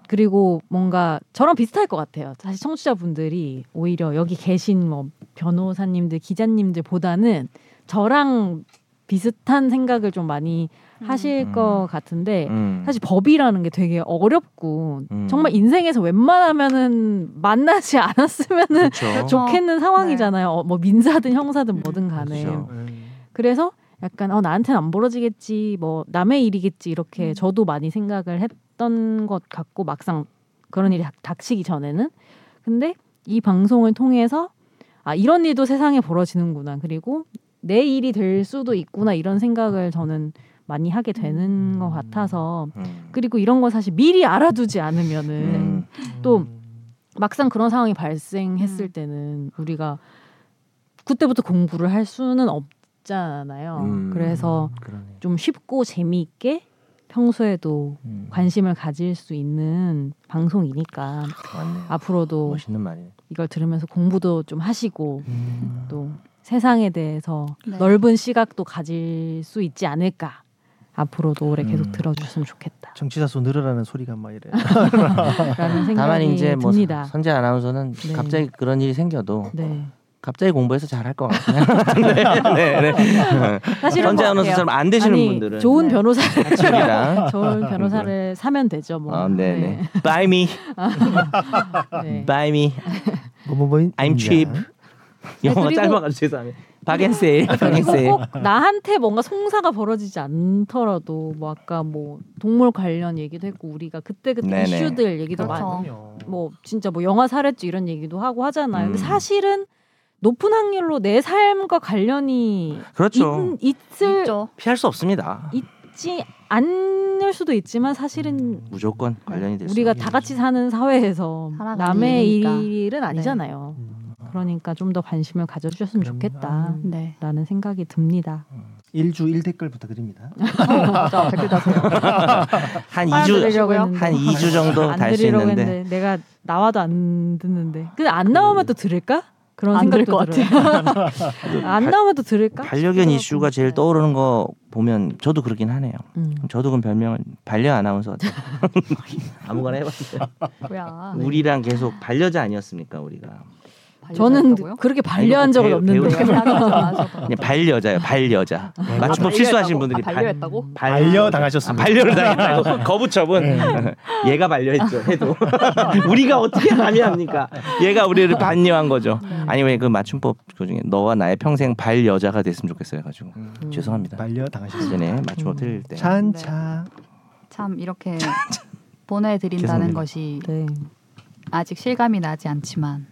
그리고 뭔가 저랑 비슷할 것 같아요. 사실 청취자분들이 오히려 여기 계신 뭐 변호사님들, 기자님들보다는 저랑 비슷한 생각을 좀 많이 하실 음. 것 같은데 음. 사실 법이라는 게 되게 어렵고 음. 정말 인생에서 웬만하면은 만나지 않았으면은 그렇죠. [LAUGHS] 좋겠는 상황이잖아요. 어, 뭐 민사든 형사든 뭐든 간에. 그렇죠. 그래서 약간 어 나한테는 안 벌어지겠지 뭐 남의 일이겠지 이렇게 음. 저도 많이 생각을 했던 것 같고 막상 그런 일이 닥- 닥치기 전에는 근데 이 방송을 통해서 아 이런 일도 세상에 벌어지는구나 그리고 내 일이 될 수도 있구나 이런 생각을 저는 많이 하게 되는 음. 것 같아서 음. 그리고 네. 이런 거 사실 미리 알아두지 않으면은 음. 또 막상 그런 상황이 발생했을 때는 우리가 그때부터 공부를 할 수는 없잖아요. 음. 그래서 그러네. 좀 쉽고 재미있게 평소에도 음. 관심을 가질 수 있는 방송이니까 맞네요. 앞으로도 아, 멋있는 말이네. 이걸 들으면서 공부도 좀 하시고 음. 또 세상에 대해서 네. 넓은 시각도 가질 수 있지 않을까. 앞으로도 오래 계속 음. 들어주셨으면 좋겠다. 정치자 수 늘으라는 소리가 막 이래. [LAUGHS] 라는 [LAUGHS] 생각이 다만 이제 뭐 듭니다. 선재 아나운서는 네. 갑자기 그런 일이 생겨도 네. 갑자기 공부해서 잘할 것 같아요. [LAUGHS] 네, 네, 네. 사실은 선재 뭐 아나운서처럼 안 되시는 아니, 분들은 좋은 네. 변호사를 출이랑 [LAUGHS] 좋은 변호사를 사면 되죠 뭐. 아, 네, 네. Buy me, [LAUGHS] 네. buy me. 뭐뭐뭐 I'm cheap. 영어가 그리고- 짧아가지고 죄송해요. 박앤세일, 박앤세일. 그리고 꼭 나한테 뭔가 송사가 벌어지지 않더라도 뭐 아까 뭐 동물 관련 얘기도 했고 우리가 그때 그때 네네. 이슈들 얘기도 그렇죠. 많이 뭐 진짜 뭐 영화 사례지 이런 얘기도 하고 하잖아요. 음. 근데 사실은 높은 확률로 내 삶과 관련이 음. 그렇죠. 있, 을 있죠. 피할 수 없습니다. 있지 않을 수도 있지만 음. 사실은 무조건 관련이 될 수. 우리가 있는 다 같이 사는 사회에서 살아가는 남의 일이니까. 네. 일은 아니잖아요. 음. 음. 그러니까 좀 더 관심을 가져주셨으면 그럼요. 좋겠다. 네. 라는 생각이 듭니다. 일주 일 댓글 부탁드립니다. 음. 자 댓글 다세요. 한 2주 아, 드리려고 했는데. 한 2주 정도 안 달 수 드리려고 있는데 그 했는데 내가 나와도 안 듣는데. 근데 안 나오면 또 들을까? 그런 안 생각도 들을 것 들어요. [LAUGHS] 안 발- 나오면 또 들을까? 반려견 싶더라고요. 이슈가 네. 제일 떠오르는 거 보면 저도 그렇긴 하네요. 음. 저도 그럼 별명을 반려 아나운서 어때요? [LAUGHS] 아무거나 해봤어요. 뭐야. [LAUGHS] 우리랑 계속 반려자 아니었습니까 우리가? 저는 반려자였다고요? 네. 그렇게 반려한 아이고, 적은 배우- 없는데. [LAUGHS] 배우자. 아니, 아니, 아니, 아니. 그냥 반려자예요 반려자. 맞춤법 실수하신 분들이 네. 아, 반려했다고? 네. 반- 아, [LAUGHS] 당하셨습니다. 반려를 당했다고 거부처분 얘가 반려했죠 해도 [LAUGHS] 우리가 어떻게 남이 합니까 얘가 우리를 반려한 거죠 네. 아니 왜 그 맞춤법 그중에 너와 나의 평생 반려자가 됐으면 좋겠어요 가지고 음. 죄송합니다 반려 당하셨습니다. 예전에 맞춤법 틀릴 때 찬차 네. 참 [LAUGHS] 이렇게 보내드린다는 죄송합니다. 것이 네. 아직 실감이 나지 않지만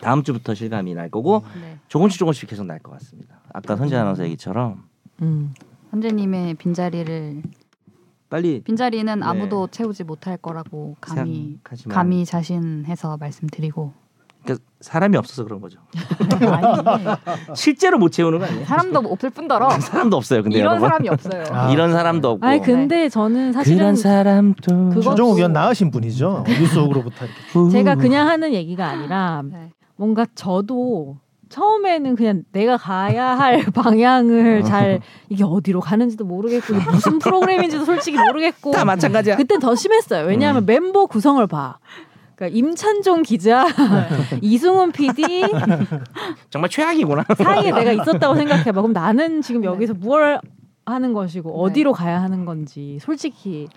다음 주부터 실감이 날 거고 네. 조금씩 조금씩 계속 날 것 같습니다 아까 선재 아나운서 얘기처럼 음. 선재님의 빈자리를 빨리 빈자리는 네. 아무도 채우지 못할 거라고 감히 생각하지만 감히 자신해서 말씀드리고 그러니까 사람이 없어서 그런 거죠 [LAUGHS] 아니, 실제로 못 채우는 거 아니에요 사람도 뭐 없을 뿐더러 사람도 없어요 근데 이런 여러분 사람이 없어요. 아. 이런 사람도 뭐, 없고 네. 아니 근데 저는 사실은 그런 사람도 그거- 조정욱 의원 나으신 분이죠. 어, 뉴스 속으로부터 이렇게. 음. 제가 음. 그냥 하는 얘기가 아니라 네. 뭔가 저도 처음에는 그냥 내가 가야 할 [LAUGHS] 방향을 잘 이게 어디로 가는지도 모르겠고 이게 무슨 프로그램인지도 솔직히 모르겠고 다 마찬가지야 그땐 더 심했어요. 왜냐하면 멤버 구성을 봐. 그러니까 임찬종 기자, 네. 이승훈 PD 정말 최악이구나 사이에 내가 있었다고 생각해봐. 그럼 나는 지금 여기서 무얼 하는 것이고 네. 어디로 가야 하는 건지 솔직히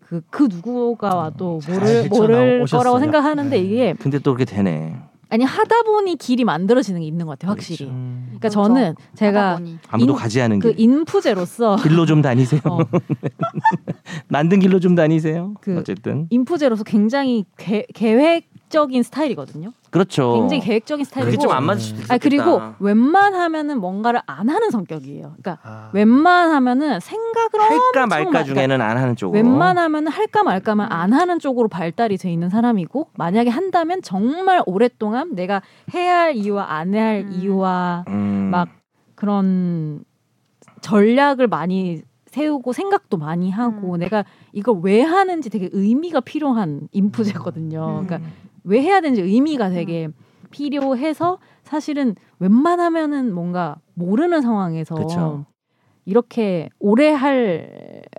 그, 그 누구가 와도 잘 모를, 헤쳐나오- 모를 거라고 오셨어요. 생각하는데 네. 이게 근데 또 그렇게 되네. 아니 하다 보니 길이 만들어지는 게 있는 것 같아요 확실히. 그러니까 음. 그렇죠. 저는 하다 제가 보니. 아무도 인- 가지 않은 그 길. 인프제로서 길로 좀 다니세요. 어, 만든 길로 좀 다니세요. 그- 어쨌든 인프제로서 굉장히 계, 계획적인 스타일이거든요. 그렇죠. 굉장히 계획적인 그게 스타일이고 좀 안 맞을 수도 있겠다. 아 그리고 웬만하면은 뭔가를 안 하는 성격이에요. 그러니까 아. 웬만하면은 생각을 할까 엄청 말까 많- 중에는 안 하는 쪽으로. 웬만하면 할까 말까만 안 하는 쪽으로 발달이 돼 있는 사람이고 만약에 한다면 정말 오랫동안 내가 해야 할 이유와 안 해야 할 음. 이유와 음. 막 그런 전략을 많이 세우고 생각도 많이 하고 음. 내가 이걸 왜 하는지 되게 의미가 필요한 인풋이거든요. 음. 그러니까 왜 해야 되는지 의미가 되게 필요해서 사실은 웬만하면은 뭔가 모르는 상황에서 그쵸. 이렇게 오래 할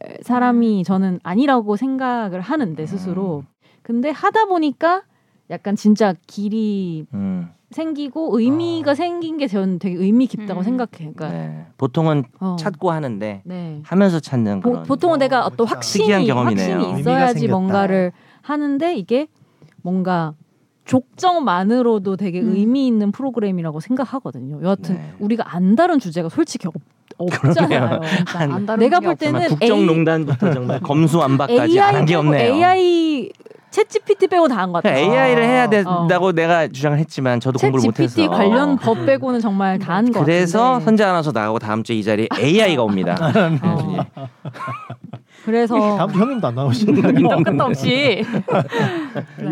음. 사람이 저는 아니라고 생각을 하는데 스스로 근데 하다 보니까 약간 진짜 길이 음. 생기고 의미가 아. 생긴 게 저는 되게 의미 깊다고 음. 생각해요. 그러니까 네. 보통은 어. 찾고 하는데 네. 하면서 찾는 보, 그런. 뭐 보통은 어, 내가 어떤 멋있다. 확신이 특이한 경험이네요. 확신이 의미가 있어야지 생겼다. 뭔가를 하는데 이게 뭔가 족정만으로도 되게 음. 의미 있는 프로그램이라고 생각하거든요. 여하튼 네. 우리가 안 다룬 주제가 솔직히 없, 없잖아요. 안 다루는 내가 게 볼 없어. 때는 국정농단부터 정말 [LAUGHS] 검수완박까지 AI 안 게 빼고 없네요. AI 챗GPT 빼고 다 한 것 같아요. 를 해야 된다고 내가 주장을 했지만 저도 공부를 못해서. 어. 어. 챗GPT 관련 법 빼고는 정말 다 한 것 같아요. 그래서 선재 아나운서 나가고 다음 주에 이 자리에 AI가 옵니다. [LAUGHS] 어. [LAUGHS] 그래서 다음 주 형님도 안 나오시는데. 인도 끝도 없이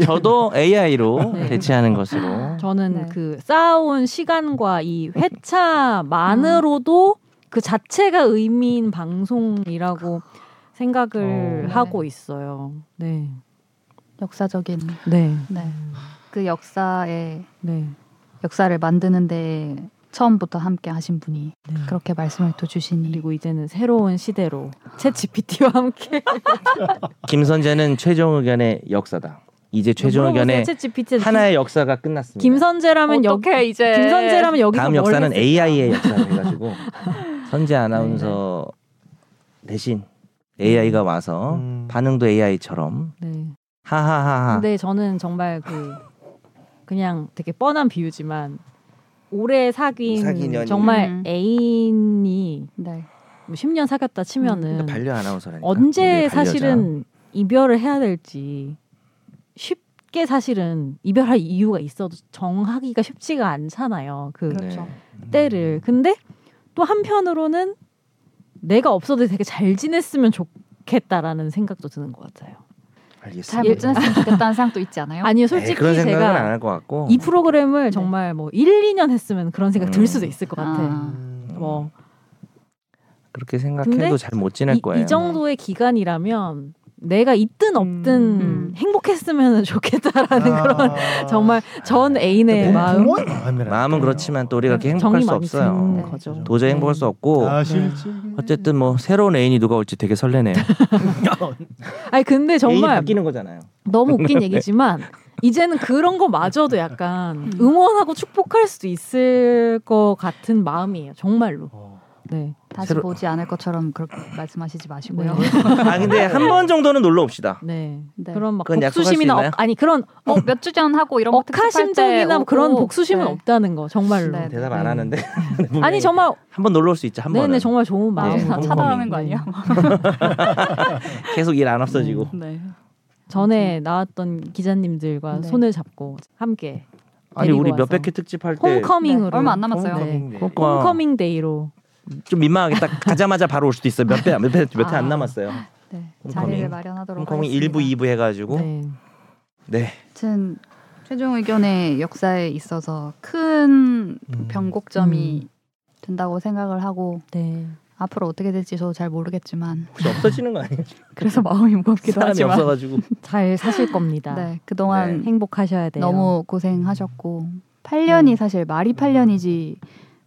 저도 AI로 [LAUGHS] 네. 대체하는 것으로. [LAUGHS] 저는 네. 그 쌓아온 시간과 이 음. 회차만으로도 그 자체가 의미인 방송이라고 생각을 어. 하고 있어요. 네. 역사적인 네. 네. 음. 그 역사의 네. 역사를 만드는데 처음부터 함께 하신 분이 네. 그렇게 말씀을 또 주시니 그리고 이제는 [LAUGHS] 새로운 시대로 챗 GPT와 함께 김선재는 최종 의견의 역사다. 이제 최종 의견의 챗 GPT 하나의 역사가 끝났습니다. 김선재라면 여기 어떻게 이제 김선재라면 여기서 다음 뭘 역사는 했을까? AI의 역사를 [LAUGHS] 해가지고 선재 아나운서 네, 대신 AI가 와서 음. 반응도 AI처럼 네. 하하하하. 근데 저는 정말 그 그냥 되게 뻔한 비유지만 오래 사귄 사귄 정말 연인. 애인이 네. 뭐 10년 사귀었다 치면은 반려 아나운서라니까. 언제 음, 그러니까 우리 반려자. 사실은 이별을 해야 될지 쉽게 사실은 이별할 이유가 있어도 정하기가 쉽지가 않잖아요. 네. 그 그렇죠. 음. 때를. 근데 또 한편으로는 내가 없어도 되게 잘 지냈으면 좋겠다라는 생각도 드는 것 같아요. 잘 알겠습니다. 못 지냈으면 좋겠다는 생각도 있지 않아요? 예. 아니요, 에이, 솔직히 네. 그런 생각은 안 제가 할 것 같고. 이 프로그램을 정말 뭐 1, 2년 했으면 그런 생각 들 음. 수도 있을 것 같아. 아. 음. 뭐 그렇게 근데 생각해도 잘 못 지낼 이, 거예요. 이 정도의 기간이라면 내가 있든 없든 음. 행복했으면 [LAUGHS] 좋겠다라는 아. 그런 정말 전 애인의 마음 아. 뭐 부모의 마음이라. 마음은 그렇지만 또 우리가 그렇게 행복할 정이 수 많이 없어요. 드는 네. 거죠. 도저히 행복할 수 없고 네. 아 실제. 네. 어쨌든 뭐 새로운 애인이 누가 올지 되게 설레네요. 아니 근데 애인이 [LAUGHS] 정말 바뀌는 네. 거잖아요. 너무 웃긴 얘기지만 이제는 그런 거마저도 약간 음. 응원하고 축복할 수도 있을 것 같은 마음이에요. 정말로. 어. 네. 다시 새로- 보지 않을 것처럼 그렇게 말씀하시지 마시고요. [LAUGHS] 네. 아 근데 한 번 정도는 놀러 옵시다. 네. 네. 그런 막 그건 약속할 수 복수심이나 있나요? 억, 아니 그런 어, 몇 주 전 하고 이런 거 특집할 때 억하심정이나 오고. 그런 복수심은 네. 없다는 거 정말로. 네. 대답 안 하는데 아니 정말 한 번 놀러 올 수 있죠. 네. 한 번은 네네 정말 좋은 마음. 마음 다 네. 차단하는 거 아니야? 계속 일 안 없어지고. 음, [LAUGHS] 네. 전에 나왔던 기자님들과 음. 네. 손을 잡고 함께 아니 데리고 우리 와서. 몇백 회 특집 할 때 좀 홈커밍으로 네, 얼마 안 남았어요. 네. 그러니까. 홈커밍 데이로 민망하게 딱 가자마자 바로 올 수도 있어요. 몇배몇회몇회 안 아. 남았어요. 네. 홍콩이- 자리를 마련하도록 홍콩이 하겠습니다. 1부 2부 해가지고 네. 네. 아무튼 최종 의견의 역사에 있어서 큰 음. 변곡점이 된다고 생각을 하고 네. 앞으로 어떻게 될지 저도 잘 모르겠지만 혹시 없어지는 거 아니에요? 그래서 [LAUGHS] 마음이 무겁기도 사람이 하지만 없어가지고 잘 사실 겁니다. 네 그동안 행복하셔야 돼요. 너무 고생하셨고 8년이 네. 사실 말이 8년이지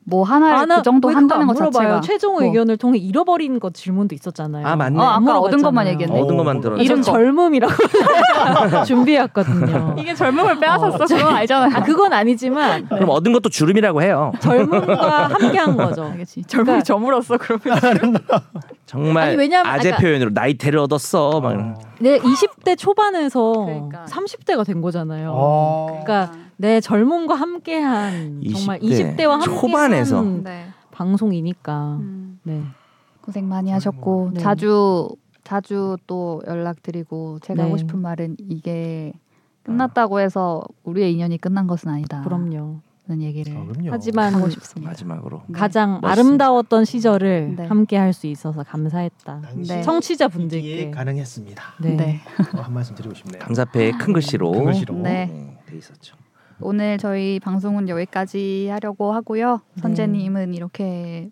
뭐 하나를 아, 나 그 정도 왜 그거 한다는 안 것 물어봐요. 자체가 최종 뭐. 의견을 통해 잃어버린 것 질문도 있었잖아요. 아 맞네. 어, 안 아까 얻은 물어봤잖아요. 것만 얘기했네. 어. 얻은 것만 들어. 아, 저 이름 거. 젊음이라고 [LAUGHS] [LAUGHS] 준비했거든요. 이게 젊음을 빼앗았어. 그건 알잖아요. 아, 그건 아니지만 그럼 얻은 것도 주름이라고 해요. 젊음과 [LAUGHS] 함께한 거죠. [LAUGHS] 그러니까 알겠지. 젊음이 저물었어 그러면. 정말 아니, 왜냐면 아재 아까- 표현으로 나이테를 얻었어. 막 이런. 아. 내 네, 20대 초반에서 그러니까. 30대가 된 거잖아요. 어. 그러니까 내 젊음과 함께한 20대. 정말 20대와 함께한 초반에서. 네. 방송이니까. 음. 네. 고생 많이 하셨고 네. 자주 자주 또 연락드리고 제가 네. 하고 싶은 말은 이게 끝났다고 해서 우리의 인연이 끝난 것은 아니다. 그럼요. 는 얘기를 아, 그럼요. 하지만 뭐 하고 싶습니다. 마지막으로 네. 가장 멋있습니다. 아름다웠던 시절을 네. 함께 할 수 있어서 감사했다. 당시 네. 청취자분들께. 가능했습니다. 네. 네. 어, 한 말씀 드리고 싶네요. 감사패에 큰 글씨로 큰 글씨로. 네. 네, 돼 있었죠. 오늘 저희 방송은 여기까지 하려고 하고요. 선재님은 이렇게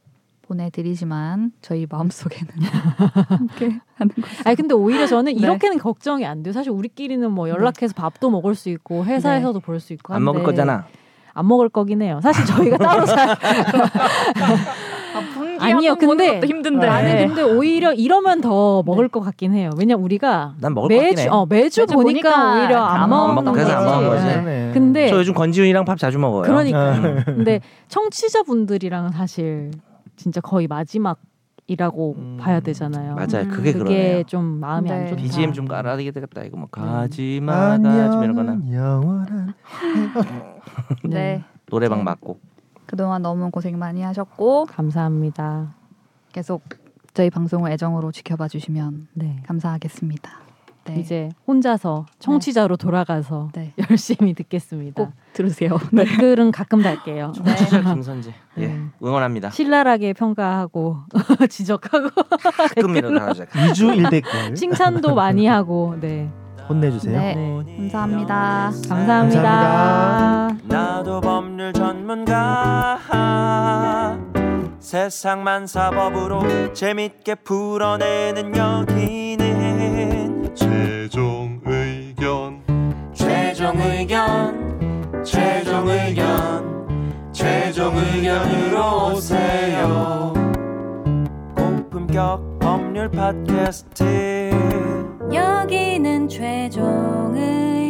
보내드리지만 저희 [LAUGHS] 마음속에는 함께 하는 것이 아니 근데 오히려 [LAUGHS] 저는 네. 이렇게는 걱정이 안 돼요. 사실 우리끼리는 뭐 연락해서 밥도 먹을 수 있고 네. 회사에서도 볼 수 있고 안 먹을 한데 거잖아. 안 먹을 거긴 해요. 사실 저희가 따로 [LAUGHS] 잘 아니요, 근데- 어, 것도 힘든데 네. 아니 근데 오히려 이러면 더 먹을 것 같긴 해요. 왜냐 우리가 난 먹을 것 같긴 매주 해. 어 매주, 매주 보니까, 보니까 오히려 안, 안 먹는 먹- 그래서 안 거지. 먹은 거지. 음. 네. 네. 근데 저 요즘 권지윤이랑 밥 자주 먹어요. 그러니까 음. 근데 청취자분들이랑은 사실 진짜 거의 마지막이라고 음, 봐야 되잖아요. 맞아요. 음, 그게 그러네요. 그게 좀 마음이 안 네. 좋다. BGM 좀 깔아야 되겠다. 이거 뭐 음. 가지마 가지 마 이런 거나 안녕은 영원한 네 노래방 맞고 그동안 너무 고생 많이 하셨고 감사합니다. 계속 저희 방송을 애정으로 지켜봐 주시면 네. 감사하겠습니다. 네. 이제 혼자서 청취자로 돌아가서 네. [LAUGHS] 열심히 듣겠습니다. 꼭 들으세요. 네. 댓글은 가끔 달게요. 추자 김선재 예 음. 응원합니다. 신랄하게 평가하고 [LAUGHS] 지적하고 가끔이라도 하자. 2주 네. 1댓글 [LAUGHS] 칭찬도 많이 하고 네. 혼내주세요. 네. 네. 감사합니다. 감사합니다. 감사합니다. 나도 법률 전문가 세상 세상만 사법으로 재밌게 풀어내는 여기는 최종 의견 최종 의견 최종 의견 최종 의견으로 오세요 고품격 법률 팟캐스트 여기는 최종 의견